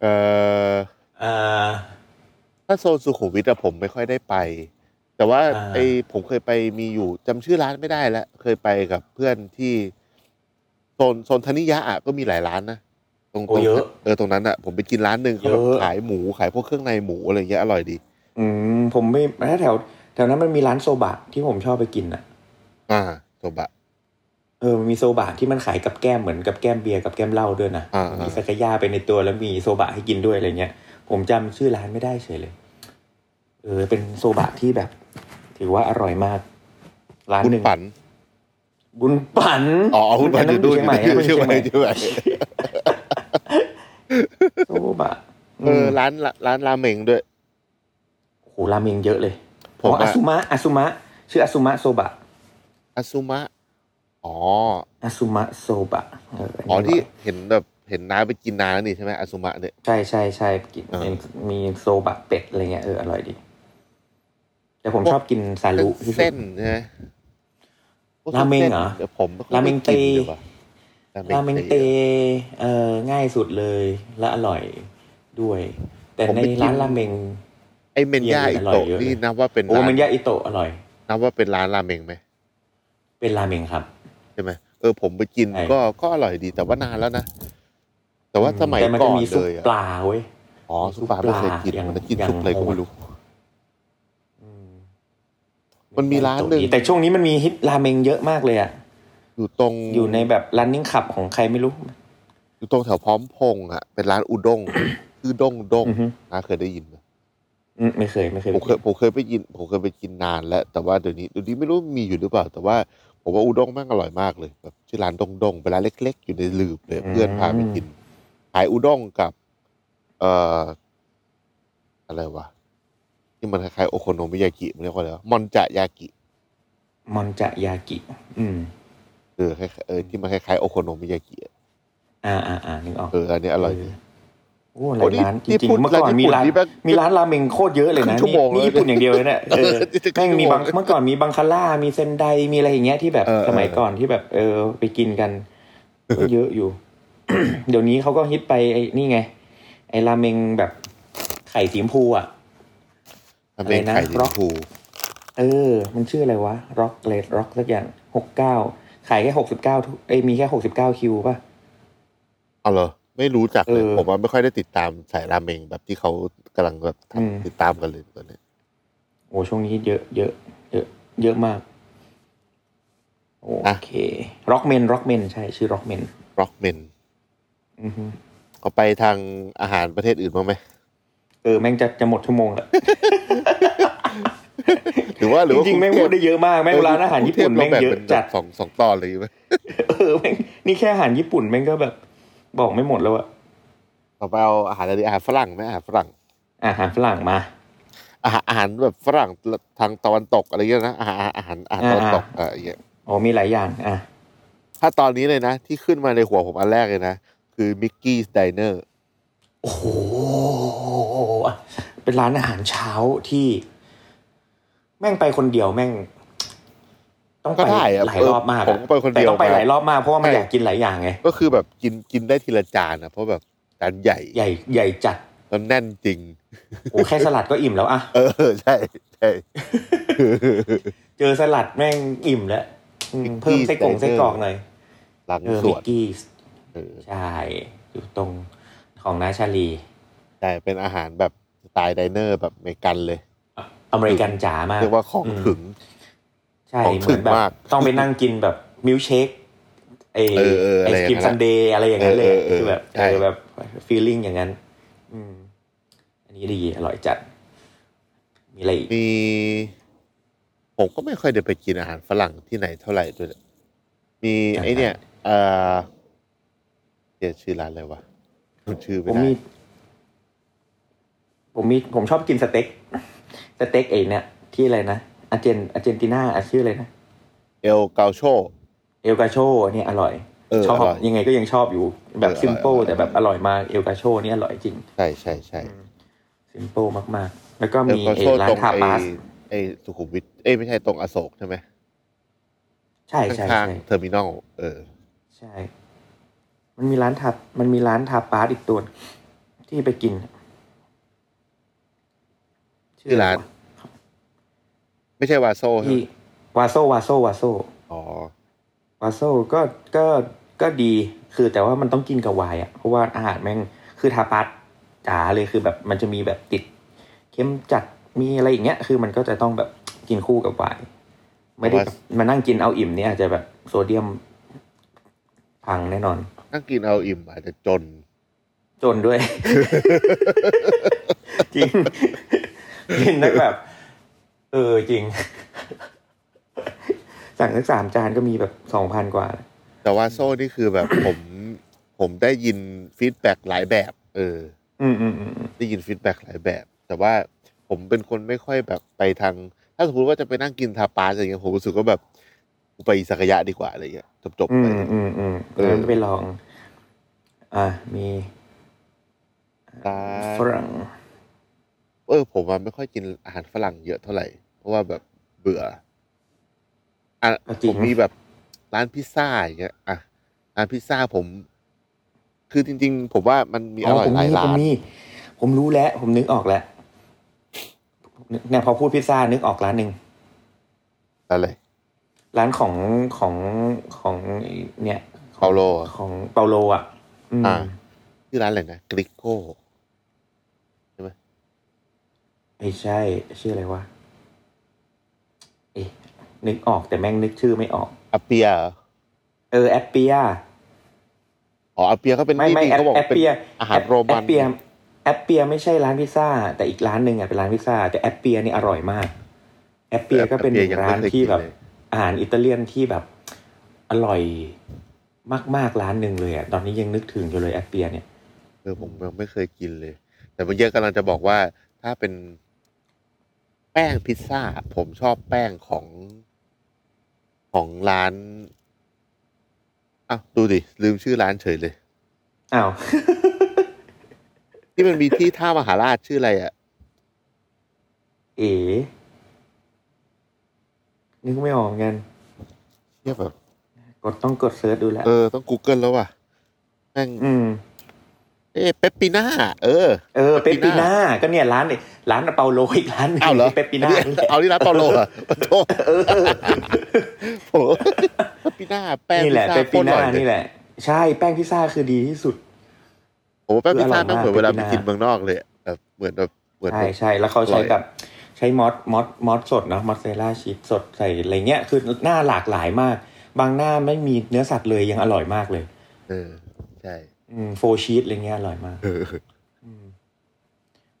S4: เออ
S3: อ่า
S4: ถ้าโซนสุขุมวิทอะผมไม่ค่อยได้ไป แต่ว่า
S3: อ่า
S4: ไอผมเคยไปมีอยู่จำชื่อร้านไม่ได้แล้วเคยไปกับเพื่อนที่โซนโซนธนิยะอะก็มีหลายร้านนะตรงต
S3: โอ้
S4: รง
S3: เยอะ
S4: เออตรงนั้นอะผมไปกินร้านหนึ่งเขาแบบ
S3: เยอะ
S4: ขายหมูขายพวกเครื่องในหมูอะไรอย่างเงี้ยอร่อยดี
S3: อืมผมไม่แถวแถวนั้นมันมีร้านโซบะที่ผมชอบไปกินอ่ะ
S4: อ่าโซบะ
S3: เออมันมีโซบะที่มันขายกับแก้มเหมือนกับแก้มเบียร์กับแก้มเหล้าด้วยนะ
S4: อ่าอ่ามี
S3: มีซากายาไปในตัวแล้วมีโซบะให้กินด้วยอะไรเงี้ย ผมจำชื่อร้านไม่ได้เฉยเลย เออ เป็นโซบะที่แบบ ถือว่าอร่อยมาก ร้าน
S4: คุณ
S3: หนึ่ง
S4: ปั่น
S3: บุญปัน
S4: อ๋อคุณปั่นอยู่
S3: ดู
S4: ด้วย
S3: เชียง
S4: อยู่
S3: ใหม่นะ
S4: เชียงใหม่
S3: เชี
S4: เชี
S3: ยงใหม่
S4: ยงใหม่
S3: โซบะ
S4: เออร้านร้านราเมงด้วย
S3: โอ้โหราเมงเยอะเลย
S4: ผ
S3: อ๋
S4: ม
S3: ออา
S4: อะ
S3: ซุมะอาซุมะชื่ออาซุมะโซบะ
S4: อาซุมะอ๋อ
S3: อาซุมะโซบะเ
S4: อ๋อที่เห็นแบบเห็นน้าไปกินน้านี่ใช่ไหมอาซุมะเนี่ย
S3: ใช่ใช่ใช่กิน
S4: เออ
S3: มีมีโซบะเป็ดอะไรเงี้ยเอออร่อยดี แต่ผมชอบกินซาลุที่สุ
S4: เส้
S3: ด
S4: นใช่ไหม
S3: ราเมงเหรอ
S4: ดี๋ยวผมไค่อย
S3: ราเมงเต
S4: ได้กินดีกว่า
S3: ราเมงเตเออง่ายสุดเลยและอร่อยด้วย แต่ในร้านราเมง
S4: ไอเมนย่าอิ
S3: อร่อย
S4: โตะ
S3: เยอะ
S4: นี่นับว่าเป็น
S3: โอ้
S4: ร้าน
S3: มันยาอิโตะอร่อย
S4: นับว่าเป็นร้านราเมงไหม
S3: เป็นราเมงครับ
S4: ใช่ไหมเออผมไปกิน
S3: ใช่
S4: ก็ก็อร่อยดีแต่ว่านานแล้วนะ แต่ว่าสมัย
S3: แต่มัน
S4: ก่
S3: จะ
S4: อน
S3: มีซุ
S4: เล
S3: ป
S4: ยอะ
S3: ปลาเว้ย
S4: อ๋อซุปปลาไม่เคยกิน
S3: อย่าง
S4: มันจะกิน
S3: อย่าง
S4: ซุปอะไรก็ไม่รู้
S3: อืม
S4: มันมีร้านหนึ่ง
S3: แต่ช่วงนี้มันมีฮิตราเมงเยอะมากเลยอะ
S4: อยู่ตรง
S3: อยู่ในแบบร้านนิ่งขับของใครไม่รู้
S4: อยู่ตรงแถวพร้อมพงษ์อ่ะเป็นร้านอุด้งคือด้งด้ง
S3: อือฮึ
S4: นะเคยได้ยินไหม
S3: อืมไม่เคยไม่เคย
S4: ผมเคยผมเคยไปกินผมเคยไปกินนานแล้ว แต่ว่าเดี๋ยวนี้เดี๋ยวนี้ไม่รู้มีอยู่หรือเปล่า แต่ว่าผมว่าอุด้งแม่งอร่อยมากเลยแบบชื่อร้านดงดงเป็นร้านเล็ก ๆ อยู่ในลืบเลยเพื่อนพาไปกินขายอุด้งกับ เอ่ออะไรวะที่มันคล้ายๆโอโคโนมิยากิมันเรียกว่าอะไรวะมอนจะยากิ
S3: มอนจะยากิ อืม
S4: เออคล้ายๆเออที่มันคล้ายๆโอโคโนมิยากิอะ
S3: อ่าอ่าอ่านึกออก
S4: เอออันเนี้ยอร่อยดี
S3: โอ้ห
S4: โอ้นี่
S3: ลายร้านจ
S4: นี่
S3: ริง
S4: พูด
S3: ๆเมื่อก่อน
S4: ร้านญี่
S3: มี
S4: ปุ่น
S3: ร้าน
S4: นี่แม่ง
S3: มีร้านราเมงโคตรเยอะเลยนะ
S4: ครึ่งชั่วโมงแล้
S3: นี่
S4: ว
S3: ญี่ปุ่นอย่างเดียวเลยเนี่ยเออแม่งมีบางเมื่อก่อนมีบังคาร่ามีเซนไดมีอะไรอย่างเงี้ยที่แบบ
S4: เออเออ
S3: สมัยก่อนที่แบบ เออ ไปกินกันก็เยอะอยู่
S4: [coughs]
S3: เดี๋ยวนี้เขาก็ฮิตไปไอ้นี่ไง ไอ้ราเมงแบบไข่สีชมพูอ่ะ
S4: ทำเอง
S3: อะไรนะ
S4: ไข่ดิบ
S3: ร็อก
S4: ถู
S3: เออ มันชื่ออะไรวะร็อกเลดร็อกสักอย่างหกเก้าขายแค่หกสิบเก้าเอ้ยมีแค่หกสิบเก้าคิวป่ะ
S4: เอาเหรอไม่รู้จักเลย
S3: เออ
S4: ผมว่าไม่ค่อยได้ติดตามสายราเมงแบบที่เขากำลังแบบ
S3: อืม
S4: ทำติดตามกันเลยตอนเนี้ย
S3: โอ้ช่วงนี้เยอะเยอะเยอะเยอะมาก โอ
S4: อ่ะ
S3: เคร็อกเมนร็อกเมนใช่ชื่อร็อกเมน
S4: ร็อกเมน เอาไปทางอาหารประเทศอื่นบ้างไหม
S3: เออแม่งจะจะหมดชั่วโมงแล้ว
S4: หรือว่า [laughs] หรือว่า
S3: จริงๆแม่งพูดได้เยอะมากแม่งร้านอาหารญี่ปุ่นแม่งเยอะจัด [laughs]
S4: สองสองตอนเลยไหม
S3: เออแม่งนี่แค่อาหารญี่ปุ่นแม่งก็แบบ บอกไม่หมดแล้วอะ
S4: ต่อไปเอาอาหารอะไรดีอาหารฝรั่งไหมอาหารฝรั่ง
S3: อาหารฝรั่งมา
S4: อาหารอาหารแบบฝรั่งทางตะวันตกอะไรเงี้ยนะอาหารอาหารอาหารตะวันตกอะไรเงี้ย
S3: โอ้มีหลายอย่าง อ่ะ
S4: ถ้าตอนนี้เลยนะ ที่ขึ้นมาในหัวผมอันแรกเลยนะ คือมิกกี้สไดเนอร์
S3: โอ้โหเป็นร้านอาหารเช้าที่ แม่งไปคนเดียวแม่ง ต้อง
S4: ก็
S3: ไป
S4: ได้อะ
S3: หลายรอบมาก
S4: ผมก็ไปคน
S3: แต่
S4: เดียว
S3: ต้องไปหลายรอบมากเพราะว่ามันอยากกินหลายอย่างไง
S4: ก็คือแบบกินกินได้ทีละจานนะเพราะแบบจานใหญ่
S3: ใหญ่ใหญ่
S4: [laughs]
S3: จัด
S4: แล้วแน่นจริง
S3: โอ้แค่สลัดก็อิ่มแล้วอะ
S4: เออใช่ใช่
S3: [laughs] เจอสลัดแม่งอิ่มแล้วอืม
S4: มิกกี้
S3: เพิ่มไส้กง
S4: ไส้
S3: ไส้
S4: เดอร์
S3: กรอกหน่อย
S4: หลัง
S3: เออ
S4: ส
S3: มิ
S4: ว
S3: ก
S4: น
S3: กี้
S4: เออ
S3: ใช่อยู่ตรงของน้าชาลี
S4: แต่เป็นอาหารแบบสไตล์ไดเนอร์แบบอเมริกันเลย
S3: อเมริกันจ๋ามาก
S4: เรียกว่าของถึง
S3: ใช่
S4: ของ
S3: เห
S4: ถึ
S3: มือน
S4: ง
S3: แบบ
S4: มาก
S3: ต้องไปนั่งกินแบบมิลค์เชคไอ
S4: เออเอออะไร
S3: ไอ
S4: อย่า
S3: ศ
S4: ง
S3: กรีม
S4: นั้น
S3: ซันเดย์อะไรอย่างนั้นเลย
S4: เออเออเออ
S3: คือแบบ
S4: ใช่
S3: เออแบบฟีลลิ่งอย่างนั้น อืม อันนี้ดีอร่อยจัด มีอะไรอีก
S4: มีผมก็ไม่ค่อยได้ไปกินอาหารฝรั่งที่ไหนเท่าไหร่ด้วยเนี่ยมีไอเนี่ยเออเดี๋ยวชื่อร้านอะไรวะจำชื่อ
S3: ผ
S4: ไม่
S3: ม
S4: ได้
S3: มี ผมมีผมชอบกินสเต็ก สเต็กเอกเนี่ยที่อะไรนะอาเจนอาเจนตินาอ่ะชื่ออะไรนะ
S4: เอลเกาโช
S3: เอลกาโชเนี่ยอร่อย
S4: เออ
S3: ชอบ
S4: อร่อย
S3: ยังไงก็ยังชอบอยู่แบบ
S4: เอออร่อย
S3: ซิมเปิล
S4: อร่อย
S3: แต่แบบอร่อยมากเอลกาโชเนี่ยอร่อยจริง
S4: ใช่ใช่ใช่
S3: ซิมเปิลมากๆ แล้วก็
S4: เอล
S3: มี
S4: เกา
S3: ไอ้
S4: โช
S3: ร้า
S4: ตร
S3: น
S4: ง
S3: ทา
S4: ไอ้
S3: ปาส
S4: ไอ้สุขุมวิทเอ้ยไม่ใช่ตรงอโศกใช่ไหม
S3: ใช่ใช่
S4: ข้าง
S3: ใช่
S4: ๆเทอร์มินอลเออ
S3: ใช่ มันมีร้านทามันมีร้านทาปาสอีกตัวที่ไปกิน
S4: ชื่อร้าน ไม่ใช่วาโซใช่
S3: ที่
S4: ไหม
S3: วาโซวาโซวาโซ
S4: อ๋อ
S3: วาโซก็ก็ก็ดีคือแต่ว่ามันต้องกินกับไวน์อ่ะเพราะว่าอาหารแม่งคือทาปาสจ๋าเลยคือแบบมันจะมีแบบติดเข้มจัดมีอะไรอย่างเงี้ย คือมันก็จะต้องแบบกินคู่กับไวน์ไม่ได้
S4: แต่ว่า
S3: มานั่งกินเอาอิ่มเนี่ยอาจจะแบบโซเดียมพังแน่นอน
S4: นั่งกินเอาอิ่มอาจจะจน
S3: จนด้วย [laughs] จริงกินนักแบบ เออจริง สั่งสักสามจานก็มีแบบสองพันกว่า
S4: แต่ว่าโซ่นี่คือแบบ ผมผมได้ยินฟีดแบ็กหลายแบบ เออ
S3: อืมอืมอืมอืม
S4: ได้ยินฟีดแบ็กหลายแบบ แต่ว่าผมเป็นคนไม่ค่อยแบบไปทาง ถ้าสมมติว่าจะไปนั่งกินทาปาสอะไรเงี้ยผมรู้สึกว่าแบบกูไปสักยะดีกว่าอะไรเงี้ยจบ
S3: อื
S4: ๆไป
S3: มอืมอืม
S4: เออ
S3: งั้นไปลอง อ่ะมี
S4: ร้า
S3: ฝ
S4: น
S3: รั่ง
S4: เออ ผมว่าไม่ค่อยกินอาหารฝรั่งเยอะเท่าไหร่ เพราะว่าแบบเบื่ออ่ะ
S3: อ่ะจริ
S4: ผ
S3: ง
S4: มมีแบบร้านพิซซ่าอย่างเงี้ยอ่ะร้านพิซซ่าผม คือจริง ๆ ผมว่ามันมีอร่อย
S3: ผม
S4: หลาย
S3: มี
S4: ร้า
S3: ผม
S4: น
S3: มีผมรู้แล้ว ผมนึกออกแล้วเนี่ยพอพูดพิซซ่านึกออกร้านหนึ่ง
S4: อะไร
S3: ร้านของของของเนี่ย
S4: เปาโลเหรอ
S3: ของเปาโลอ่ะ อืม
S4: อ่าชื่อร้านอะไรนะกริโก้
S3: ไม่ใช่ชื่ออะไรวะ เอ๊ะนึกออกแต่แม่งนึกชื่อไม่ออก
S4: อาเปียเหรอ
S3: เออแอปเปีย
S4: อ๋ออาเปียเขาเป็น
S3: ไม่
S4: นี่
S3: ไม่
S4: นี่
S3: แอป
S4: เขาบอก
S3: แอป
S4: เป็น
S3: เปีย
S4: อาหารโรมัน
S3: แอปเปียแอปเปียไม่ใช่ร้านพิซซ่า แต่อีกร้านหนึ่งอ่ะเป็นร้านพิซซ่าแต่แอปเปียนี่อร่อยมาก แอปเปียก็เป็นหนึ่ง
S4: ยัง
S3: ร้า
S4: ไม่
S3: น
S4: เคย
S3: ที่
S4: กิ
S3: แบบ
S4: เลย
S3: อาหารอิตาเลียนที่แบบอร่อยมากๆร้านหนึ่งเลยอ่ะตอนนี้ยังนึกถึงอยู่เลยแอปเปียเนี่ย
S4: เออผมยังไม่เคยกินเลย แต่เมื่อกี้กำลังจะบอกว่าถ้าเป็นแป้งพิซซ่า ผมชอบแป้งของของร้านอ้าวดูดิลืมชื่อร้านเฉยเลย
S3: อ้าว [laughs]
S4: ที่มันมีที่ท่ามหาราชชื่ออะไรอ่ะ
S3: เอ๋นึกไม่ออกเหมือนกัน
S4: เทียแบบ
S3: กดต้องกดเซิร์ชดูแหละ
S4: เออต้อง Google แล้วว่ะแม่ง
S3: อืม
S4: เอ๊ะเปปปิน่าเออ
S3: เออเปปปิ
S4: Pepina
S3: น่าก็เนี่ยร้านเนี่ยร้านเปาโลอีกร้านนึ่ง
S4: อ้าวเหรอ
S3: เปปปิน่า
S4: อัเอาที่ร้านเปาโลเหรอ่ะปะโทเออผมเปปปิน่าแป้ง
S3: นี่แหละเป
S4: พิซซ่
S3: ปปิ
S4: โคตรอ
S3: น่า
S4: ร่อยเลย
S3: นี่แหละ ใช่แป้งพิซซ่าคือดีที่สุด
S4: ผมว่าแป้งพิซซ่าแม่งเหมือน
S3: คือ
S4: เว
S3: อร่
S4: ลา
S3: อย
S4: ไป
S3: มาก
S4: กินเมืองนอกเลยอะแบบเหมือนแบบเหมือน
S3: ใช่
S4: แบบ
S3: ใช่แล้วเขา
S4: อร่
S3: ใช้
S4: อย
S3: แบบใช้มอสมอสมอสสดเนาะมอสเซาเรลล่าชีสสดใส่อะไรเงี้ยคือหน้าหลากหลายมาก บางหน้าไม่มีเนื้อสัตว์เลยยังอร่อยมากเลย
S4: เออใช่
S3: อืมโฟชีสอะไรเงี้ยอร่อยมาก
S4: เออ
S3: อืม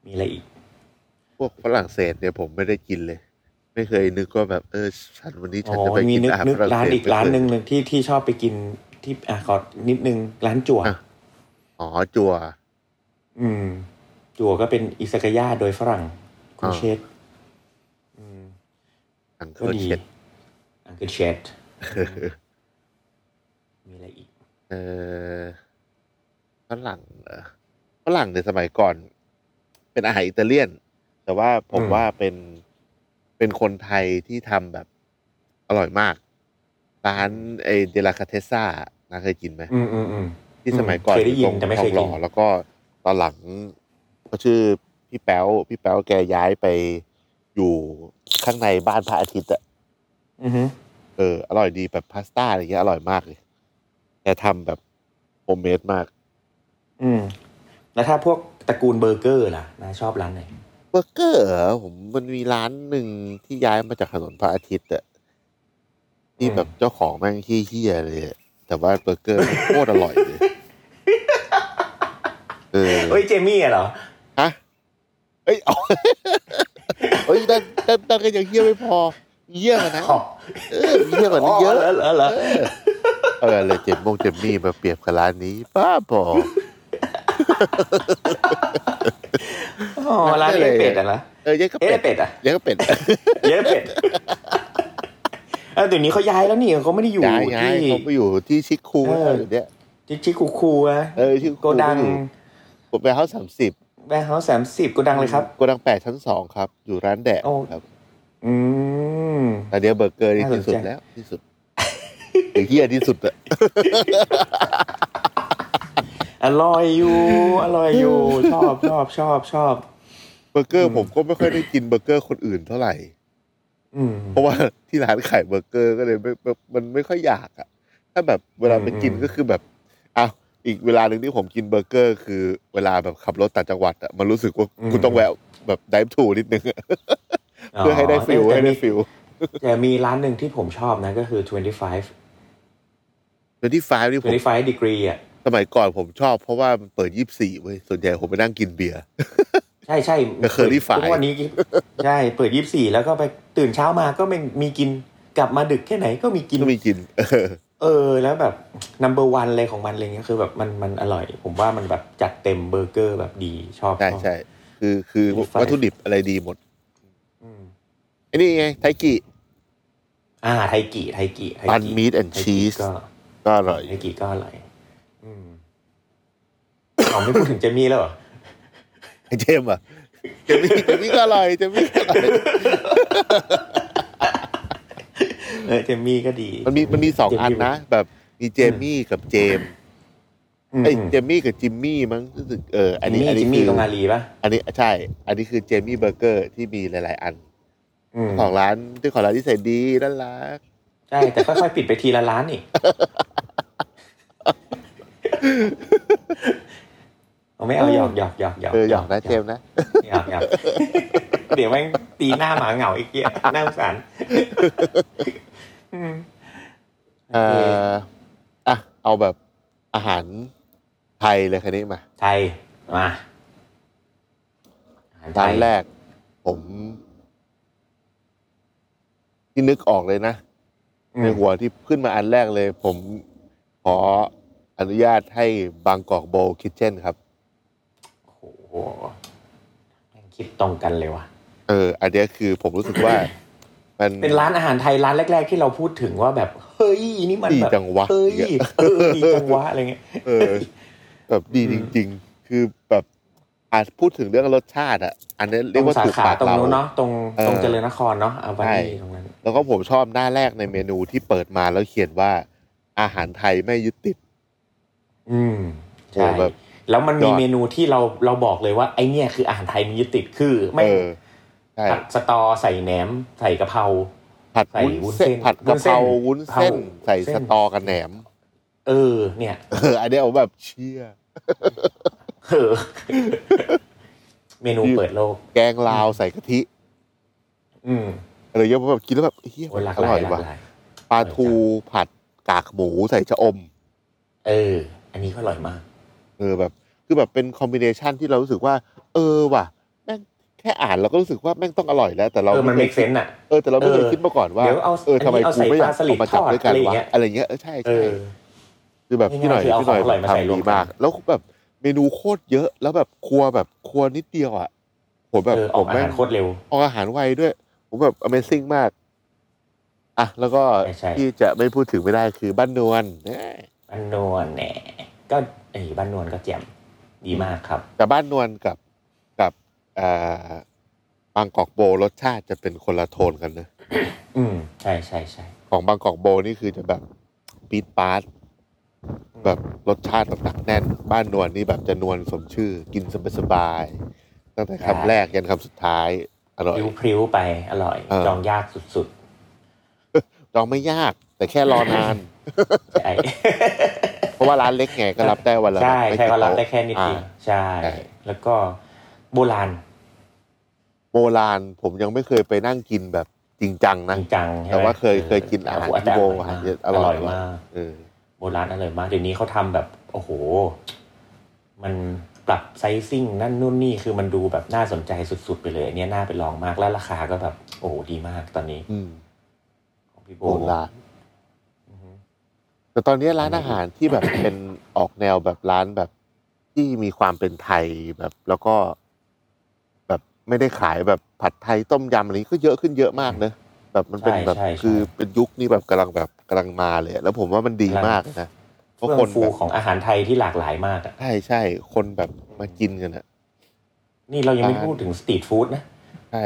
S3: มีอะไรอีก
S4: พวกฝรั่งเศสเนี่ยผมไม่ได้กินเลย ไม่เคยนึกว่าแบบเออฉันวันนี้
S3: อ๋
S4: ฉัน
S3: อ
S4: จะไป
S3: มี
S4: กิน
S3: นึก
S4: อาหาร
S3: นึก
S4: ฝรั่ง
S3: ร้าน
S4: เศส
S3: อีกร้านหนึ่งเลยที่ที่ชอบไปกินที่อ่ะขอนิดนึงร้านจั่ว
S4: อ๋อจัว
S3: อืมจั่วก็เป็นอิซากายาโดยฝรั่งคุณ
S4: อ่า
S3: เชษอืม
S4: อังเคิ
S3: ก็
S4: ล
S3: ดี
S4: เชด
S3: อังกฤษเช [laughs] ดมีอะไรอีก
S4: เออฝรั่งเหรอฝรั่งในยสมัยก่อน เป็นอาหารอิตาเลียน แต่ว่าผม
S3: อืม
S4: ว่าเป็นเป็นคนไทยที่ทำแบบอร่อยมาก ร้านไอเดลาคาเทซ่านะเคยกินไหม
S3: อืมอืมอืม
S4: ที่สมัยก่อน
S3: เคยได้ยิน
S4: อตรง
S3: แต่ไม่เคย
S4: ทองหล่อ
S3: กิน
S4: แล้วก็ตอนหลังก็ชื่อพี่แป๊วพี่แป๊วแกย้ายไปอยู่ข้างในบ้านพระอาทิตย์อะ
S3: อือฮึ
S4: เอออร่อยดีแบบพาสต้าอะไรเงี้ยอร่อยมากเลยแต่ทำแบบโฮมเมดมาก
S3: อืม แล้วถ้าพวกตระกูลเบอร์เกอร์ล่ะนะชอบร้านไหน
S4: เบอร์เกอร์เหรอผมมันมีร้านหนึ่งที่ย้ายมาจากถนนพระอาทิตย์อะที่แบบเจ้าของแม่งเฮี้ยๆเลยอะแต่ว่าเบอร์เกอร์โคตรอร่อยเลยเออ
S3: เฮ้ยเจมี่อะเหรอ
S4: ฮะเอ้ยเอา [laughs] เอ้ยดันดันดันกันอย่างเยี่ยไม่พอ เยี่ยกันนะ
S3: อ๋อ
S4: เออมีเยี่ยกัน
S3: อ๋
S4: นะ
S3: อ
S4: เยอะ
S3: เหรอเหรอเหรอ
S4: เออเลยเจ็บมงเจ็บมี่มาเปรียบกับร้านนี้บ้าบอ
S3: อ๋อร้านเย้เป็ดอ่ะนะ
S4: เออเยอะก็
S3: เอ๊ะ
S4: เป็ด
S3: เป็ดอ่ะ
S4: เยอะก็เป็ด
S3: เย้ [laughs] เป็ดเออเดี๋ยวนี้เขาย้ายแล้วนี่เขาไม่ได้อยู่
S4: ย้ายย้าย
S3: ที่
S4: เขาไปอยู่ที่ชิคคู
S3: เออ
S4: แล้วอยู่เนี่ย
S3: ที่ที่คูคูอะ
S4: เออชิคคู
S3: โกดัง
S4: ผมไปเฮาสามสิบ
S3: แบงค์เฮาส์สามสิบโกดังเลยครับ
S4: โกดังแปดชั้นสองครับ อยู่ร้านแดด
S3: โอ้
S4: ครับ
S3: อืม
S4: ตอนเนี้ยเบอร์เกอร์นี่
S3: น่าสน
S4: ที่สุด
S3: ใจ
S4: แล้วที่สุดไอ้เฮียที่สุดอะ
S3: อร่อยอยู่อร่อยอยู่ [laughs] ชอบชอบชอบชอบ
S4: เบอร์เกอร์ผมก็ไม่ค่อยได้กินเบอร์เกอร์คนอื่นเท่าไหร่
S3: อืม
S4: เพราะว่าที่ร้านขายเบอร์เกอร์ก็เลยไม่ไม่มันไม่ค่อยอยากอะถ้าแบบเวลาไปกิน
S3: อืม
S4: ก็คือแบบอ้าวอีกเวลาหนึ่งที่ผมกินเบอร์เกอร์ คือเวลาแบบขับรถต่างจังหวัดอะมันรู้สึกว่ากูต้องแวะแบบดิฟทูนิดนึงอะเพื่อให้ได้ฟิล
S3: แต่
S4: ให้ได้
S3: มี
S4: ฟิล
S3: แต่มีร้านหนึ่งที่ผมชอบนะก็คือ 25
S4: เดนที่ไฟนี่ผม
S3: 25 degree อ่ะ
S4: สมัยก่อนผมชอบเพราะว่ามันเปิดยี่สี่เว้ยส่วนใหญ่ผมไปนั่งกินเบียร์ [laughs]
S3: ใช่ใช่
S4: แต่ Curly Fry
S3: ทุกวันนี้ใช่ เปิดยี่สี่แล้วก็ไปตื่นเช้ามาก็ไม่มีกินกลับมาดึกแค่ไหนก็มีกิน
S4: ก็มีกิน [laughs] เออ
S3: เออ แล้วแบบ number one เลยของมันอะไรเงี้ยคือแบบมันมันอร่อย ผมว่ามันแบบจัดเต็มเบอร์เกอร์แบบดีชอบ
S4: ใช่
S3: ชอบ
S4: ใช่คือคือ
S3: เดนที่ไฟ
S4: วัตถุดิบอะไรดีหมด
S3: อืม
S4: ไอ้นี่ไง ไทกิ
S3: อ่าไทกิไทกิไทกิ
S4: ปัน meat and
S3: ไทกิ
S4: cheese
S3: ก็
S4: ก็อร่อย
S3: ไทกิก็อร่อยอืมอ๋อไม่พูดถึงเจมี่แล้วเหรอ
S4: ไอเจมส์อ่ะเจ [laughs] มี่เจมี่ก็อร่อยเจมี่ก็อร่อย
S3: เออเจมี่ก็ดี
S4: มันมีมันมีสอง
S3: เจ
S4: อันนะ แบบมีเจมี่กับเจมส์
S3: อืม
S4: ไอยเจมี่กับจิมมี่มั้งรู้สึกเอออันนี้
S3: จิมมี่
S4: อัน
S3: จิ
S4: นี้
S3: ม
S4: คื
S3: มี่
S4: อ
S3: กับมารีป่ะ
S4: อันนี้ใช่ อันนี้คือเจมี่เบอร์เกอร์ที่มีหลาย ๆ อัน
S3: อืม
S4: ของร้านที่ของร้านที่ใส่ดีน่ารัก
S3: ใช่ แต่ค่อยๆ ปิดไปทีละร้าน
S4: [laughs]
S3: นี่ เอาไม่เอาหยอกหยอกหยอกหยอก
S4: เอออยากนะเจมส์นะ
S3: หยอกหย
S4: [laughs]
S3: อกเดี๋ยวแม่งตีหน้าหมาเหงาอีกเกี้ยน่าสงสารอืม
S4: เอ่ออ่ะเอาแบบอาหารไทยเลยคันนี้มา
S3: ไทย มาอาหารไท
S4: ร้าน
S3: ย
S4: แรก ผมที่นึกออกเลยนะ
S3: อื
S4: ใน
S3: ม
S4: หัวที่ขึ้นมาอันแรกเลย ผมขออนุญาตให้บางกอกโบคิทเช่นครับ
S3: โอ้โหแม่งคิดตรงกันเลยว่ะ
S4: เออ อันเนี้ยคือผมรู้สึกว่า
S3: [coughs]
S4: มัน
S3: เป็นร้านอาหารไทยร้านแรก ๆ ที่เราพูดถึงว่าแบบ เฮ้ย นี่มันแบบ
S4: ดีจังวะ
S3: เฮ้ยเออดีจังวะอะไรเงี้ย
S4: เออ แบบดีจริง ๆ คือแบบอาจพูดถึงเรื่องรสชาติอ่ะ อันนี้
S3: ต
S4: เรี
S3: ร
S4: ยก
S3: ง
S4: ว่า
S3: สา
S4: ถูก
S3: ขา
S4: ปาก
S3: ตรง
S4: เรา
S3: นู้นเนาะตรง
S4: เออ
S3: ตรงเจริญนครเนาะเอาไป
S4: ใช่
S3: ตรงนั้น
S4: แล้วก็ผมชอบหน้าแรกในเมนูที่เปิดมาแล้วเขียนว่าอาหารไทยไม่ยึดติด
S3: อืมใช่
S4: โอ้แบบ
S3: แล้วมัน
S4: ย
S3: มี
S4: อด
S3: เมนูที่เราเราบอกเลยว่าไอเนี่ยคืออาหารไทยมียึดติดคือไม่
S4: เออใช่
S3: ผัดสตอใส่แหนม ใส่กะเพรา
S4: ผัด
S3: ใส่วุ้
S4: วุ้น
S3: นเส้
S4: เส้น
S3: น
S4: ผัดกะเพรา
S3: วุ้
S4: วุ้น
S3: นเส้
S4: เส้น
S3: น
S4: ใส่
S3: เส้
S4: ส
S3: น
S4: ตอกับแหนม
S3: เออ เนี่ย [laughs]
S4: เอออันเนี้ยผมแบบเชี่ย
S3: เออ เมนูเปิดโลก
S4: แกงลาวใส่กะทิ
S3: อืม
S4: อะไรเงี้ยผมแบบกินแล้วแบบเฮีย
S3: โอ้ยหลาก
S4: อ
S3: หลา
S4: ร่อย ย
S3: หลา
S4: ว่ะ
S3: กหลาย
S4: ปลา
S3: อร่อยจัง
S4: ทูผัดกากหมูใส่ชะอม
S3: เออ อันนี้ก็อร่อยมาก
S4: เออแบบ คือแบบเป็นคอมบิเนชันที่เรารู้สึกว่า เออว่ะแม่งแค่อ่านเราก็รู้สึกว่าแม่งต้องอร่อยแล้ว แต่เรา
S3: เออมัน
S4: ไค
S3: เม
S4: ย
S3: ก
S4: คิด
S3: เซนอ่ะ
S4: เออแต่เราไม่เคย
S3: เออ
S4: คิดมาก่อนว่า
S3: เดี๋ยวเอา
S4: อทำไม
S3: อัน
S4: กู
S3: นี้เอา
S4: ไม่อยาก
S3: ใส่ปลาสลิด
S4: เอามาจับ
S3: ทอด
S4: ด้วยกัน
S3: อะไรอย่าว
S4: ะ
S3: งเงี้ย
S4: อะไรอย่างเงี้ยเออใช่
S3: เอ
S4: ใช่
S3: อ
S4: คือแบบพี่หน่อย
S3: ง่ายๆคือเอา
S4: พี่หน่อย
S3: ของอร่อยมาใส่
S4: ทำ
S3: รว
S4: ดี
S3: มกัน
S4: มาก แล้วแบบเมนูโคตรเยอะแล้วแบบครัวแบบครัวนิดเดียวอ่ะผมแบบ
S3: เอออ
S4: ผ
S3: อก
S4: ม
S3: อา
S4: แม่ง
S3: หารโคตรเร็ว
S4: ออกอาหารไวด้วย ผมแบบ Amazing มากอ่ะแล้วก็
S3: ใช่ใช่
S4: ที่จะไม่พูดถึงไม่ได้คือบ้านนวลเอ้ย
S3: บ้านนวลแหน่ก็เอ้ยบ้านนวลก็แจ่มดีมากครับ
S4: แต่บ้านนวลกับกับเอ่อบางกอกโบรสชาติจะเป็นคนละโทนกันนะ
S3: อืมใช่ใช่ใช่
S4: ของบางกอกโบนี่คือจะแบบปี๊ดปาร์ต แบบรสชาติแบบหนักแน่น บ้านนวลนี่แบบจะนวลสมชื่อ กินสบายสบายๆตั้งแต่คำแรกยันคำสุดท้าย อร่อย
S3: พริ้วพริ้วๆไปอร่อย
S4: เออ
S3: จองยากสุดๆ
S4: ลองไม่ยาก แต่แค่รอนาน
S3: ใช่
S4: [laughs] เพราะว่าร้านเล็กไงก็รับได้วันละ
S3: ใช่
S4: ไม่
S3: ใช่
S4: กี่
S3: ก็รับ
S4: โต๊ะ
S3: ได้แค่นิดเดียว
S4: อ่า
S3: ใช่
S4: ใช่
S3: แล้วก็โบราณ
S4: โบราณผมยังไม่เคยไปนั่งกินแบบจริงจัง
S3: จ
S4: นะ
S3: ริงจังใช่ไหม
S4: แต่ว่าเคย
S3: ออ
S4: เคยกินอาหาร
S3: โโ
S4: ที่โบ
S3: อ
S4: อาหาร
S3: ร่อย
S4: อร่อ
S3: มากอร่อย ย
S4: มาม
S3: าก ก
S4: เออ
S3: โบราณอร่อยมากเดี๋ยวนี้เขาทำแบบโอ้โห มันปรับไซซิ่งนั่นนู่นนี่คือมันดูแบบน่าสนใจสุด ๆ ไปเลยอันเนี้ยน่าไปลองมากและราคาก็แบบ โอ้โหดีมากตอนนี้
S4: อืม
S3: ของพี่โบ
S4: โบราณ
S3: อือฮึ
S4: แต่ตอนนี้ร้านอาหารที่แบบเป็นออกแนวแบบร้านแบบ ที่มีความเป็นไทยแบบ แล้วก็แบบไม่ได้ขายแบบผัดไทยต้มยำอะไรนี้ก็เยอะขึ้นเยอะมากเนอะแบบมันเป็น
S3: ใช่
S4: แบบ
S3: ใช่ใช่
S4: คือเป็นยุคนี้แบบกำลังแบบกำลังมาเลยอะแล้วผมว่ามันดีมากนะเพ
S3: เฟื่
S4: ราะ
S3: อ
S4: คน
S3: งฟู
S4: แบบ
S3: ของอาหารไทยที่หลากหลายมากอ่ะ
S4: ใช่ใช่คนแบบมากินกันอะ
S3: นี่เรายังไม่
S4: อ่า
S3: พูดถึงสตรีทฟู้ดนะ
S4: ใช่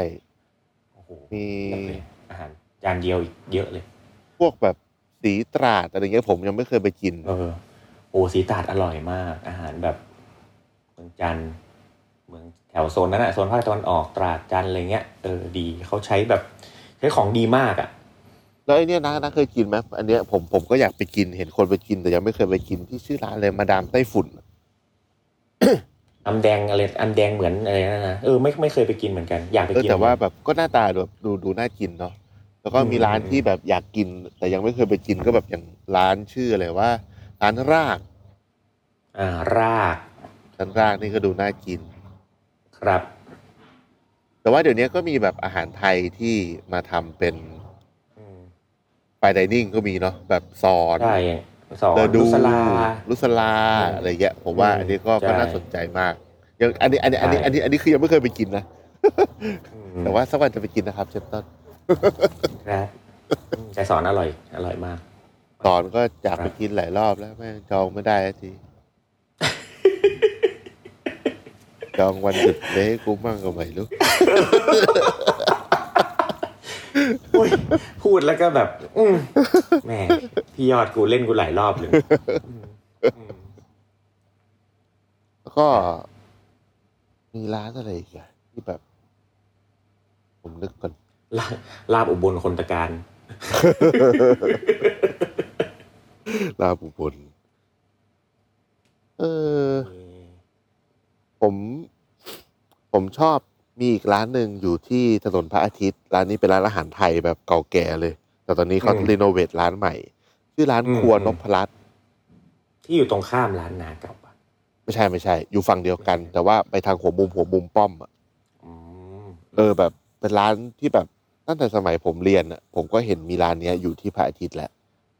S3: โอ้โห
S4: มี
S3: เยอะเลยอาหารจานเดียวอีกเยอะเลย
S4: พวกแบบสีตราดอะไรเงี้ยผมยังไม่เคยไปกิน
S3: เออ โอสีตาดอร่อยมาก อาหารแบบเมืองจันทร์เมืองแถวโซนนั้นอะโซนภาคตะวันออกตราดจันทร์อะไรเงี้ยเออดีเขาใช้แบบใช้ของดีมากอะ
S4: แล้วไอเนี้ยนะนะเคยกินไหมอันเนี้ยผมผมก็อยากไปกินเห็นคนไปกินแต่ยังไม่เคยไปกินที่ชื่อร้านเลยมาดามไต้ฝุ่น
S3: อันแดงอะไรอันแดงเหมือนอะไรนั่นนะเออไม่ไม่เคยไปกินเหมือนกันอยากไป
S4: เออ
S3: กิน
S4: แต่ว่าแบบก็หน้าตาแบบดูดูน่ากินเนาะแล้วก็มี
S3: อืม
S4: ร้านที่แบบอยากกิน แต่ยังไม่เคยไปกินก็แบบอย่างร้านชื่ออะไรว่าร้านราก
S3: อ่าราก
S4: ร้านรากนี่ก็ดูน่ากิน
S3: ครับ
S4: แต่ว่าเดี๋ยวนี้ก็มีแบบอาหารไทยที่มาทำเป็น
S3: อืม
S4: ไฟดิเนิ่งก็มีเนาะแบบสอน
S3: ได้สอง
S4: เดดู
S3: ลุสลา
S4: ลุสลา
S3: อืม
S4: อะไรเงี้ยผมว่า
S3: อืม
S4: อันนี้ก็ก็
S3: ใช่
S4: น่าสนใจมากยังอันนี้อันนี้อันนี้
S3: ใช่
S4: อันนี้อันนี้คือยังไม่เคยไปกินนะ
S3: อืม
S4: แต่ว่าสักวันจะไปกินนะครับเชฟต้น
S3: [laughs] ครับอืมแต่สอนอร่อย อร่อยมาก
S4: สอนก็อยาก
S3: ครับ
S4: ไปกินหลายรอบแล้วแม่งจองไม่ได้สักที จองวันหยุดเด้กูมั่งก็ไม่รู้
S3: อุ๊ยพูดแล้วก็แบบ อืมแหมพี่ยอดกูเล่นกูหลายรอบเลยอืมอืม
S4: แล้วก็ มีร้านอะไรอีกอะที่แบบ ผมนึกก่อน
S3: ลาบลาบอุบลคนตะการ
S4: ลาบุบลเออ ผมผมชอบมีอีกร้านหนึ่งอยู่ที่ถนนพระอาทิตย์ ร้านนี้เป็นร้านอาหารไทยแบบเก่าแก่เลย แต่ตอนนี้เขา
S3: อืม
S4: รีโนเวทร้านใหม่ ชื่อร้าน
S3: อืม
S4: ครัว
S3: อืม
S4: นพรัตน์
S3: ที่อยู่ตรงข้ามร้านนาเก่าปะ
S4: ไม่ใช่ไม่ใช่ อยู่ฝั่งเดียวกัน แต่ว่าไปทางหัวมุมหัวมุมป้อมอะ
S3: อืม
S4: เออแบบเป็นร้านที่แบบตั้งแต่สมัยผมเรียนอะผมก็เห็นมีร้านเนี้ยอยู่ที่พระอาทิตย์แหละ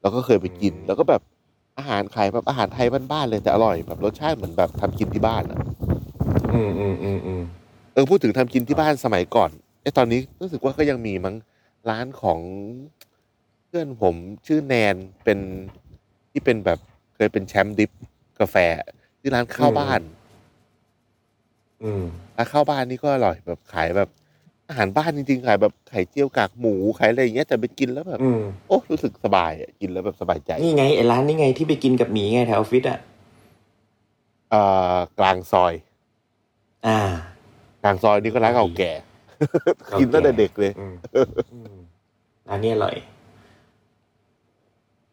S4: แล้วก็เคยไปกิน แล้วก็แบบอาหารขายแบบอาหารไทยบ้านๆเลยแต่อร่อยแบบรสชาติเหมือนแบบทำกินที่บ้านอะ
S3: อืมอืมอืมอืม
S4: เออพูดถึงทำกินที่บ้านสมัยก่อนไอ้ตอนนี้รู้สึกว่าก็ยังมีมั้งร้านของเพื่อนผมชื่อแนนเป็นที่เป็นแบบเคยเป็นแชมป์ดริฟกาแฟชื่อร้านข้าวบ้าน
S3: อืม
S4: ร้านข้าวบ้านนี่ก็อร่อยแบบขายแบบ อาหารบ้านจริงๆขายแบบไข่เจียวกากหมูขายอะไรอย่างเงี้ยแต่ไปกินแล้วแบบ
S3: อืม
S4: โอ้รู้สึกสบายอะกินแล้วแบบสบายใจ
S3: นี่ไงไอ้ร้านนี่ไงที่ไปกินกับหมีไงแถวออฟฟิศอ่ะ
S4: เอ่อกลางซอย
S3: อ่า
S4: กลางซอยนี่ก็ร้านเก่าแก่
S3: เก่าแก่
S4: กินตั้งแต่เด็กเลย
S3: อืมอืมร้านนี้อร่อย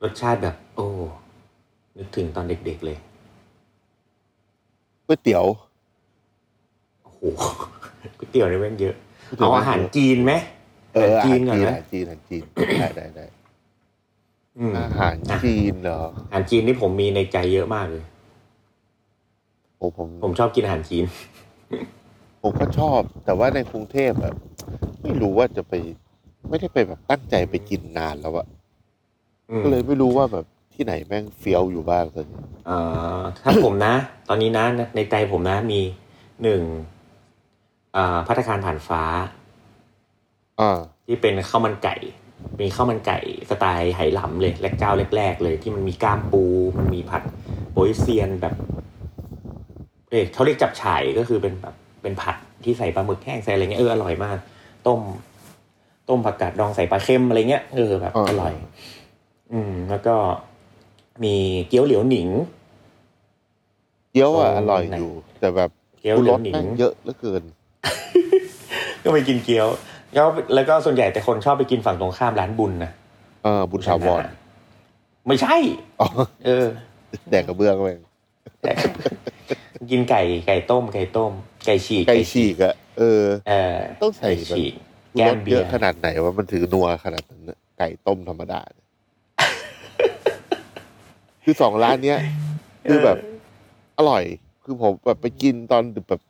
S3: รสชาติแบบ โอ้ นึกถึงตอนเด็กๆเลย
S4: ก๋วยเตี๋ยว
S3: โอ้โห [laughs] ก๋วยเตี๋ยวนี่แม่งเยอะ
S4: ก๋วยเตี๋ยว
S3: เอา
S4: แม่งเยอะ
S3: อาหารจีนไหม
S4: เอออา
S3: จี
S4: หาร
S3: นก่อน
S4: จีนอา
S3: นะ
S4: หารจีนอาหารจีนได้ได้ได้
S3: อืม
S4: อาหารจีนเหรอ
S3: อาหารจีนนี่ผมมีในใจเยอะมากเลย
S4: โอ้ผม
S3: ผมชอบกินอาหารจีน
S4: ผมก็ชอบ แต่ว่าในกรุงเทพแบบ ไม่รู้ว่าจะไป ไม่ได้ไปแบบตั้งใจไปกินนานแล้วอะ
S3: อืม
S4: ก็เลยไม่รู้ว่าแบบที่ไหนแม่งเฟี้ยวอยู่บ้างตอนนี้
S3: เอ่อถ้าผมนะ ตอนนี้นะ ในใจผมนะมีหนึ่งอ่าพัตตาคารผ่านฟ้า
S4: อ่า
S3: ที่เป็นข้าวมันไก่ มีข้าวมันไก่สไตล์ไหหลำเลยและเจ้าแรกๆเลย ที่มันมีกล้ามปู มันมีผัดโปยเซียนแบบ เอ๊ะเขาเรียกจับฉ่ายก็คือเป็นแบบเป็นผัดที่ใส่ปลาหมึกแห้งใส่อะไรเงี้ยเอออร่อยมาก ต้ม ต้มผักกาดดองใส่ปลาเค็มอะไรเงี้ยเออแบบอร่อย อืม แล้วก็มีเกี๊ยวเหลียวหนิง
S4: เกี๊ยวอะ
S3: โอ้
S4: อร่อยอยู่ แต่แบบ
S3: เกี๊ยว
S4: กูรส
S3: เหนียว
S4: แม่งเยอะเหลือเกิน
S3: ก็ไปกินเกี๊ยวแล้วแล้วก็ส่วนใหญ่แต่คนชอบไปกินฝั่งตรงข้ามร้านบุญนะ
S4: เออบุญชาวร
S3: ไม่ใช่
S4: อ๋ [laughs] อ
S3: เออ
S4: แดกกระเบื้องแม่ง
S3: แต่กินไก่ไก่ต้ม ไก่ต้ม ไก่ฉีก
S4: ไก่ฉีกอะเออ
S3: เออ
S4: ต้องใส่แบ
S3: ไก่
S4: บ
S3: ฉีก
S4: กู
S3: แก้
S4: ร
S3: ม
S4: ส
S3: เบี
S4: เย
S3: ย
S4: อะ
S3: ร์
S4: ขนาดไหนว่ามันถือนัวขนาดนั้นน่ะไก่ต้มธรรมดาเนี่ย [laughs] คือสองร้านเนี้ย คือแบบอร่อย คือผมแบบไปกินตอนดึกแบบ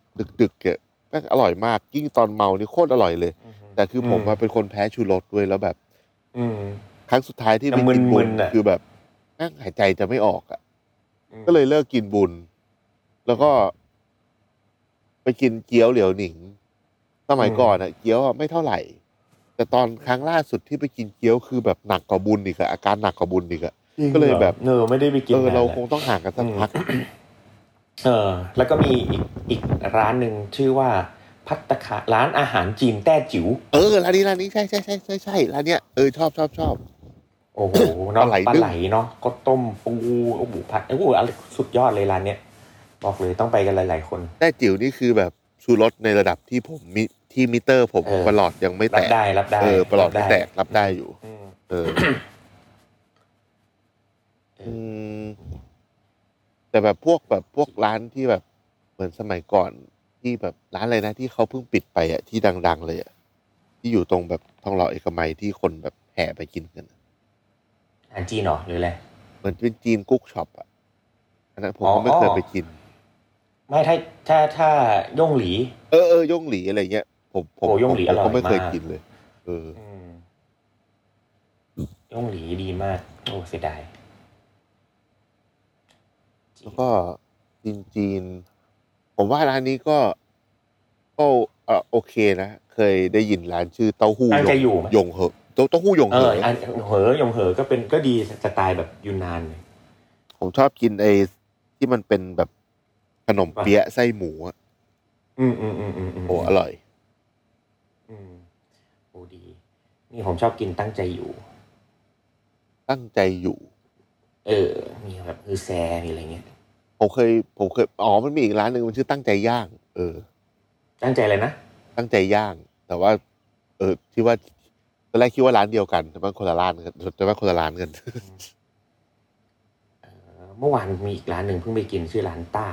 S4: ดึกๆเนี่ยแม่งอร่อยมากยิ่งตอนเมานี่โคตรอร่อยเลย แต่คือผมว่าเป็นคนแพ้ชูรสด้วยแล้วแบบ
S3: อืม
S4: ครั้งสุดท้ายที่ไปกิน
S3: มึ
S4: บุญ
S3: นๆน่ะ
S4: คือแบบแม่งหายใจจะไม่ออกอ่ะ ก็เลยเลิกกินบุญ แล้วก็ไปกินเกี๊ยวเหลียวหนิง สมัยก่อนอะเกี๊ยวอะไม่เท่าไหร่ แต่ตอนครั้งล่าสุดที่ไปกินเกี๊ยวคือแบบหนักกว่าบุญอีกอะอาการหนักกว่าบุญอีกอะ ก็เลยแบบ
S3: เออไม่ได้ไปกิน
S4: เออ
S3: นะ
S4: เราคงต้องห่างกันสักพัก
S3: เออ แล้วก็มีอีกอีกร้านหนึ่งชื่อว่า พัตตาคาร้านอาหารจีนแต้จิ๋ว
S4: เออร้านนี้ร้านนี้ใช่ใช่ใช่ใช่ใช่ร้านเนี้ยเออชอบชอบชอบ
S3: โอ้โห
S4: ป
S3: เนาะ
S4: ลาไหล
S3: ปลา
S4: นึ่ง
S3: ไหลเนาะก็ต้มปูโอ้โหผัดโอ้โหอะไรสุดยอดเลยร้านเนี้ยบอกเลยต้องไปกันหลาย ๆ คน
S4: แต่จิ๋วนี่คือแบบชูรสในระดับที่ผมมิที่มิเตอร์ผม
S3: เออ
S4: ประหลอดยังไม่
S3: รั
S4: แต
S3: บ
S4: ก
S3: ได้รับได้
S4: เออประหลอด
S3: รั
S4: ไม่
S3: บ
S4: แตกรับได้อยู่
S3: อืม
S4: เออ [coughs] อืมแต่แบบพวกแบบพวกร้านที่แบบ เหมือนสมัยก่อนที่แบบร้านอะไรนะที่เขาเพิ่งปิดไปอะที่ดัง ๆ เลยอะที่อยู่ตรงแบบทองหล่อเอกมัยที่คนแบบแห่ไปกินกันอะ
S3: อาหารจีนเหรอหรืออะไร
S4: เหมือนเป็นจีนกุ๊กช็อปอะอันนั้นผม
S3: อ๋
S4: ก็
S3: อ
S4: ไม่เคยไปกิน
S3: ไม่ถ้าถ้าถ้าย่งหลี
S4: เออเออย่งหลีอะไรเงี้ยผมผม
S3: โอ้ย่งหลี
S4: ผม
S3: อร่อย
S4: ก็ไม่เคย
S3: มาก
S4: กินเลย เออ
S3: อืมย่งหลีดีมากโอ้เสียดาย
S4: แล้วก็จีนจีนๆผมว่าร้านนี้ก็ก็เออโอเคนะ เคยได้ยินร้านชื่อเต้าหู้
S3: ตั้งใจ
S4: ย
S3: อยู่
S4: ง
S3: ไหม
S4: หยงเหอะเต้าเต้าหู้หยง
S3: เอ
S4: เห
S3: อ
S4: อะ
S3: อันเหอยงเหอก็เป็นก็ดีสไตล์แบบยูนานเลย
S4: ผมชอบกินไอ้ที่มันเป็นแบบขนมเปี๊ยะไส้หมูอะ
S3: อืมอืมอืมอืมอืม
S4: โอ้อร่อย
S3: อืมโอ้ดี นี่ผมชอบกินตั้งใจอยู่
S4: ตั้งใจอยู่
S3: เออ มีแบบคือแซมีอะไรเงี้ย
S4: ผมเคยผมเคยอ๋อมันมีอีกร้านหนึ่งมันชื่อตั้งใจย่าง เออ
S3: ตั้งใจเลยนะ
S4: ตั้งใจย่าง แต่ว่า เออที่ว่าตอนแรกคิดว่าร้านเดียวกันแต่มันคนละร้านกันแต่ว่าคนละร้านกัน [laughs]
S3: เมื่อวานมีอีกร้านหนึ่งเพิ่งไปกินชื่อร้านต้า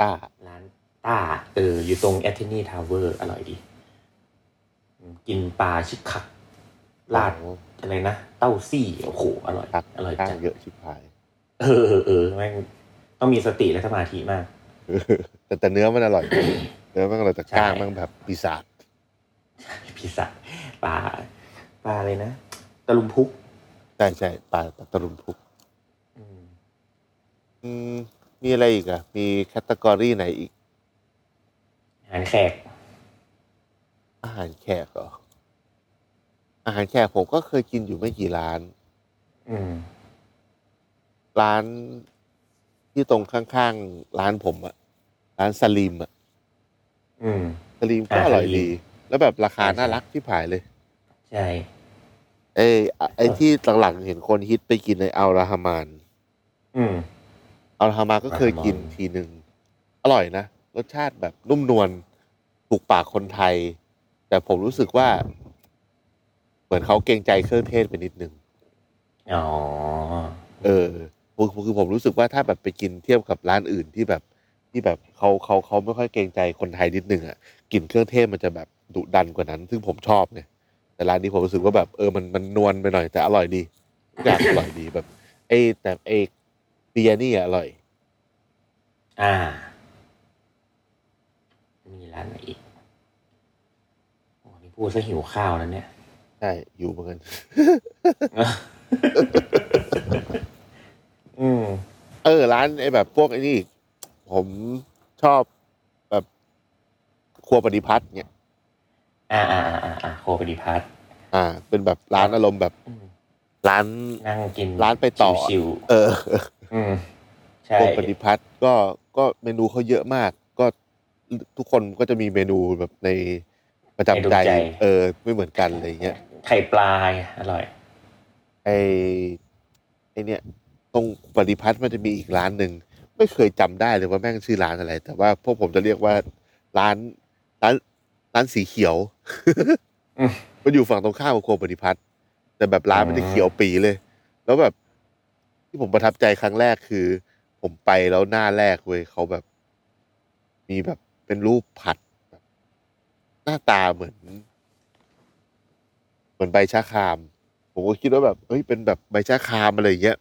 S4: ต้า
S3: ร้านต้าเอออยู่ตรงแอทเทนีทาวเวอร์อร่อยดีอืมกินปลาชิคคักราดอะไรนะ เต้าซี่โอ้โหอร่อย
S4: ตัก
S3: อร่อย
S4: ข้าง
S3: จัง
S4: เยอะชิบหาย
S3: เออเออเออแม่งต้องมีสติและสมาธิมาก
S4: [laughs] แต่แต่เนื้อมันอร่อย เนื้อมันอร่อยแต่
S3: ใช่
S4: กล้างมันแบบปีศาจ
S3: พิซซ่าปลาปลาอะไรนะตะลุมพุก
S4: ใช่ใช่ปลาปลาตะลุมพุก
S3: อืม
S4: อืมมีอะไรอีกอ่ะ มีแคตตากรีไหนอีก
S3: อาหารแขก
S4: อาหารแขกเหรอ อาหารแขกผมก็เคยกินอยู่ไม่กี่ร้าน
S3: อืม
S4: ร้านที่ตรงข้างๆ ร้านผมอะร้านสลีมอะ
S3: อืม
S4: สลีมก็อร่อย
S3: อ่าสลีม
S4: ดี แล้วแบบราคา
S3: ใช่ใช่
S4: น่ารักที่ผายเลย
S3: ใช่
S4: เอ้ยอ่ะไอ้ที่หลังๆเห็นคนฮิตไปกินในอัลราฮามาน
S3: อืม
S4: อัลฮามาก็เคยกิน
S3: อัลฮามา
S4: ทีหนึ่งอร่อยนะ รสชาติแบบนุ่มนวลถูกปากคนไทย แต่ผมรู้สึกว่า เหมือนเขาเกรงใจเครื่องเทศไปนิดนึง
S3: อ๋อ
S4: เออคือคือผมรู้สึกว่าถ้าแบบไปกินเทียบกับร้านอื่นที่แบบ ที่แบบเขาเขาเขาไม่ค่อยเกรงใจคนไทยนิดนึงอ่ะกลิ่นเครื่องเทศมันจะแบบดุดันกว่านั้น ซึ่งผมชอบเนี่ยแต่ร้านนี้ผมรู้สึกว่าแบบเออมันมันนวลไปหน่อยแต่อร่อยดีทุกอย่างอร่อยดีแบบไอแต่ไอบิยานี่อะอร่อย
S3: อ่า มีร้านไหนอีกโอ้นี่พูดซะหิวข้าวแล้วเนี่ย [laughs]
S4: ใช่อยู่เหมือนกัน
S3: อืม
S4: เออร้านไอ้แบบพวกไอ้นี่ ผมชอบแบบครัวปฏิพัฒน์เนี่ย
S3: อ่าอ่าอ่าอ่าอ่าโคปฏิพัฒน์
S4: อ่า เป็นแบบร้านอารมณ์แบบ
S3: อืม
S4: ร้าน
S3: นั่งกิน
S4: ร้านไปต่อ
S3: ชิว
S4: เออ
S3: ๆอืม
S4: ค
S3: ใช่
S4: รัวปฏิพัฒน์ก็ก็เมนูเขาเยอะมาก ก็ทุกคนก็จะมีเมนูแบบในประจำใจ เออ ไม่เหมือนกันอะไรเงี้ย
S3: ไข่ปลาอร่อย
S4: ไอไอเนี่ย ตรงปฏิพัฒน์มันจะมีอีกร้านหนึ่งไม่เคยจำได้เลยว่าแม่งชื่อร้านอะไร แต่ว่าพวกผมจะเรียกว่าร้านร้านร้านสีเขียว [laughs]
S3: อืม
S4: มันอยู่ฝั่งตรงข้ามกับครัวปฏิพัฒน์แต่แบบร้านมันจะ
S3: อ่า
S4: เขียวปีเลย แล้วแบบที่ผมประทับใจครั้งแรกคือ ผมไปแล้วหน้าแรกเว้ยเขาแบบ มีแบบเป็นรูปผัดแบบหน้าตาเหมือน เหมือนใบชะคราม ผมก็คิดว่าแบบเฮ้ยเป็นแบบใบชะครามอะไรอย่างเงี้ย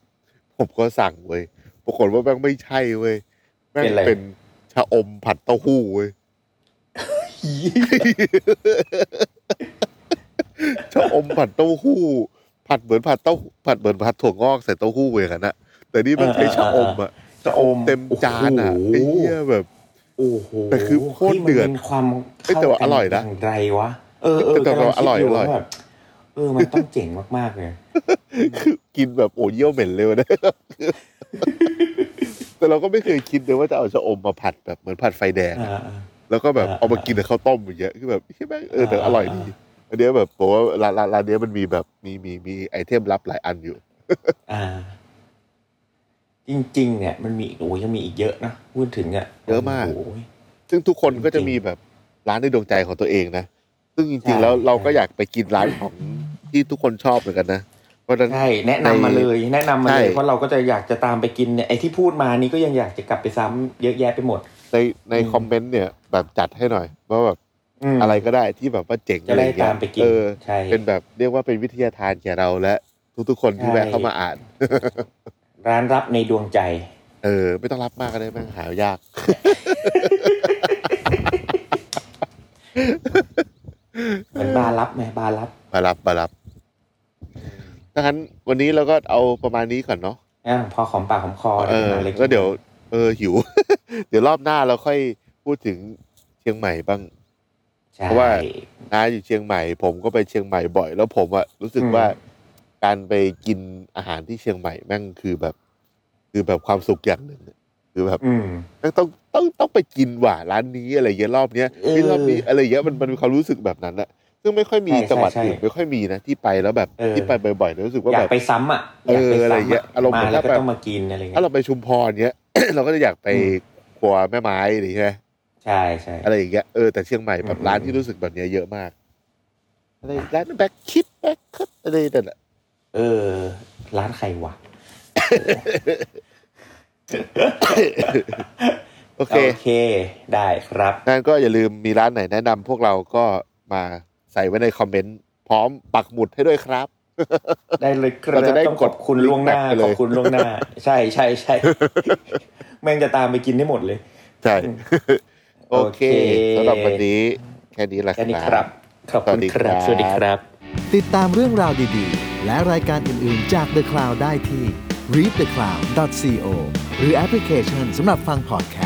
S4: ผมก็สั่งเว้ยปรากฏว่าแม่งไม่ใช่เว้ยแม่ง
S3: เป็นอะไร
S4: เป็นชะอมผัดเต้าหู้เว้ย ชะอมผัดเต้าหู้ ผัดเหมือนผัดเต้าผัดเหมือนผัดถั่วงอกใส่เต้าหู้เว้ยกันนะแต่นี่มันใช้ชะอมอะ
S2: จะอม
S4: เต็มจานอ่ะ
S3: โอ้โห
S4: ไอ้เหี้ยแบบ
S3: โอ้โห
S4: แต่คือโคตรเดือด
S3: ฮ้ยมันป็นความ
S4: เอ้ยแต่ว่าอร่อยนะ
S3: เข้ากัางไรวะเออเออ
S4: แต่ว่าอร่อย
S3: กำ
S4: อร่
S3: ลังคิด
S4: อย
S3: ว่าแบบเออ มันต้องเจ๋งมากๆเลย
S4: คือ [laughs] กินแบบโอ้เยี่ยวเหม็นเลยวะนะ [laughs] แต่เราก็ไม่เคยคิดเลยว่าจะเอาชะอมมาผัดแบบเหมือนผัดไฟแดงอะ
S3: อ่า
S4: แล้วก็แบบ
S3: อ่า
S4: เอามากินกับข้าวต้มอย่างเงี้ยคือแบบเฮ้ยแม่งเออแต่อร่อยดี
S3: อ่า
S4: อันเนี้ยแบบผมว่าร้านร้านร้านเนี้ยมันมีแบบมีมีมีไอเทมลับหลายอันอยู่
S3: อ่า จริง ๆ เนี่ย มันมีอีกโอ้ยยังมีอีกเยอะนะพูดถึงอ่ะ
S4: เยอะมาก
S3: โโห
S4: ซึ่งทุกคนก็จะ
S3: จริง
S4: มีแบบร้านในดวงใจของตัวเองนะ ซึ่งจริง
S3: ใช่
S4: ๆ แล้วเราก็อยากไปกินร้านของที่ทุกคนชอบเหมือนกันนะ เพราะฉะนั้น
S3: ใช่แนะนำมาเลย แนะนำมาเล
S4: ใช่
S3: ยเพราะเราก็จะอยากจะตามไปกินเนี่ยไอ้ที่พูดมานี้ก็ยังอยากจะกลับไปซ้ำเยอะแยะไปหมด
S4: ในใน
S3: อืม
S4: คอมเมนต์เนี่ยแบบจัดให้หน่อยว่าแบบ
S3: ม
S4: อะไรก็ได้ที่แบบว่าเจ๋ง
S3: จะ
S4: อะไร
S3: ได้
S4: เงี้
S3: ตาย มไปกิน
S4: เออ
S3: ใช่
S4: เป็นแบบเรียกว่าเป็นวิทยาทานแก่เราและทุกๆคนที่
S3: ใช่
S4: แวะเข้ามาอ่าน
S3: ร้านรับในดวงใจ
S4: เออ ไม่ต้องรับมากก็ได้แม่งหายาก
S3: เหมือนบาร์รับไหมบาร์รับ
S4: มารับมารับดังนั้นวันนี้เราก็เอาประมาณนี้ก่อนเนาะ
S3: อ่ะพอของปากของคอ
S4: เออ
S3: ดี๋ยวหาะไรน
S4: ก็เดี๋ยว เออหิว [laughs] เดี๋ยวรอบหน้าเราค่อยพูดถึงเชียงใหม่บ้าง
S3: ใช่
S4: เพราะว่า น้าอยู่เชียงใหม่ ผมก็ไปเชียงใหม่บ่อย แล้วผมอะรู้สึก
S3: อืม
S4: ว่าการไปกินอาหารที่เชียงใหม่แม่งคือแบบ คือแบบความสุขอย่างหนึ่งอะคือแบบ
S3: อืม
S4: ต้องต้องต้องต้องไปกินว่ะร้านนี้อะไรเงี้ยรอบเนี้ย
S3: เออ
S4: เฮ้ยรอบนี้อะไรเงี้ยมันมันมีความรู้สึกแบบนั้นอะซึ่งไม่ค่อยมี
S3: ใช่ใช่
S4: จังหวัดอื่น
S3: ใช่
S4: ไม่ค่อยมีนะที่ไปแล้วแบบ
S3: เออ
S4: ที่ไปบ่อยๆเนี่ยรู้สึกว่า
S3: อยา
S4: แบ
S3: ก
S4: บ
S3: ไปซ้ำอ่ะ
S4: เออ
S3: อยากไป
S4: อะไร
S3: ซ้ำ
S4: เงี้ยอารมณ์เห
S3: มา
S4: มือน
S3: แล้วก็
S4: แบบ
S3: ต้องมากินอะไรเงี้
S4: ถ้าย เราไปชุมพรเนี้ย [coughs] เราก็จะอยากไป
S3: อืม
S4: ครัวแม่ไม้อะไรใช่ไหม
S3: ใช่ใช่
S4: อะไรอย่างเงี้ยเออแต่เชียงใหม่แบบ
S3: อืม
S4: ร้านที่รู้สึกแบบเนี้ยเยอะมากอะไรร้านแบ็คคิดแบ็คคิดอะไรนั่นอะ
S3: เออ ร้านใครวะ
S4: โอเค
S3: โอเค ได้ครับ
S4: งั้นก็อย่าลืมมีร้านไหนแนะนำพวกเราก็มาใส่ไว้ในคอมเมนต์พร้อมปักหมุดให้ด้วยครับ
S3: ได้เลยครับ
S4: เราจะได้
S3: ต้องขอบคุณ
S4: กด
S3: ล่วงหน้า
S4: link back ไปเลย
S3: ขอบคุณล่วงหน้า ใช่ใช่
S4: [laughs]
S3: ใช่ แม่งจะตามไปกินได้หมดเลย
S4: ใช่ [laughs] โอ
S3: โอ
S4: เค
S3: เค
S4: สำหรับวันนี้แค่นี้แหละ
S3: แค่นี้
S4: ค
S3: ค
S4: รั
S3: รับ บ ขอบคุณครับ
S4: ส
S3: ส
S4: วัส
S3: วั
S4: ดี
S3: สดี
S4: ค
S3: ค
S4: รั
S3: รับ บ
S1: ติดตามเรื่องราวดีๆ และรายการอื่น ๆ จาก The Cloud ได้ที่ readthecloud.co หรือแอปพลิเคชันสำหรับฟังพอดแค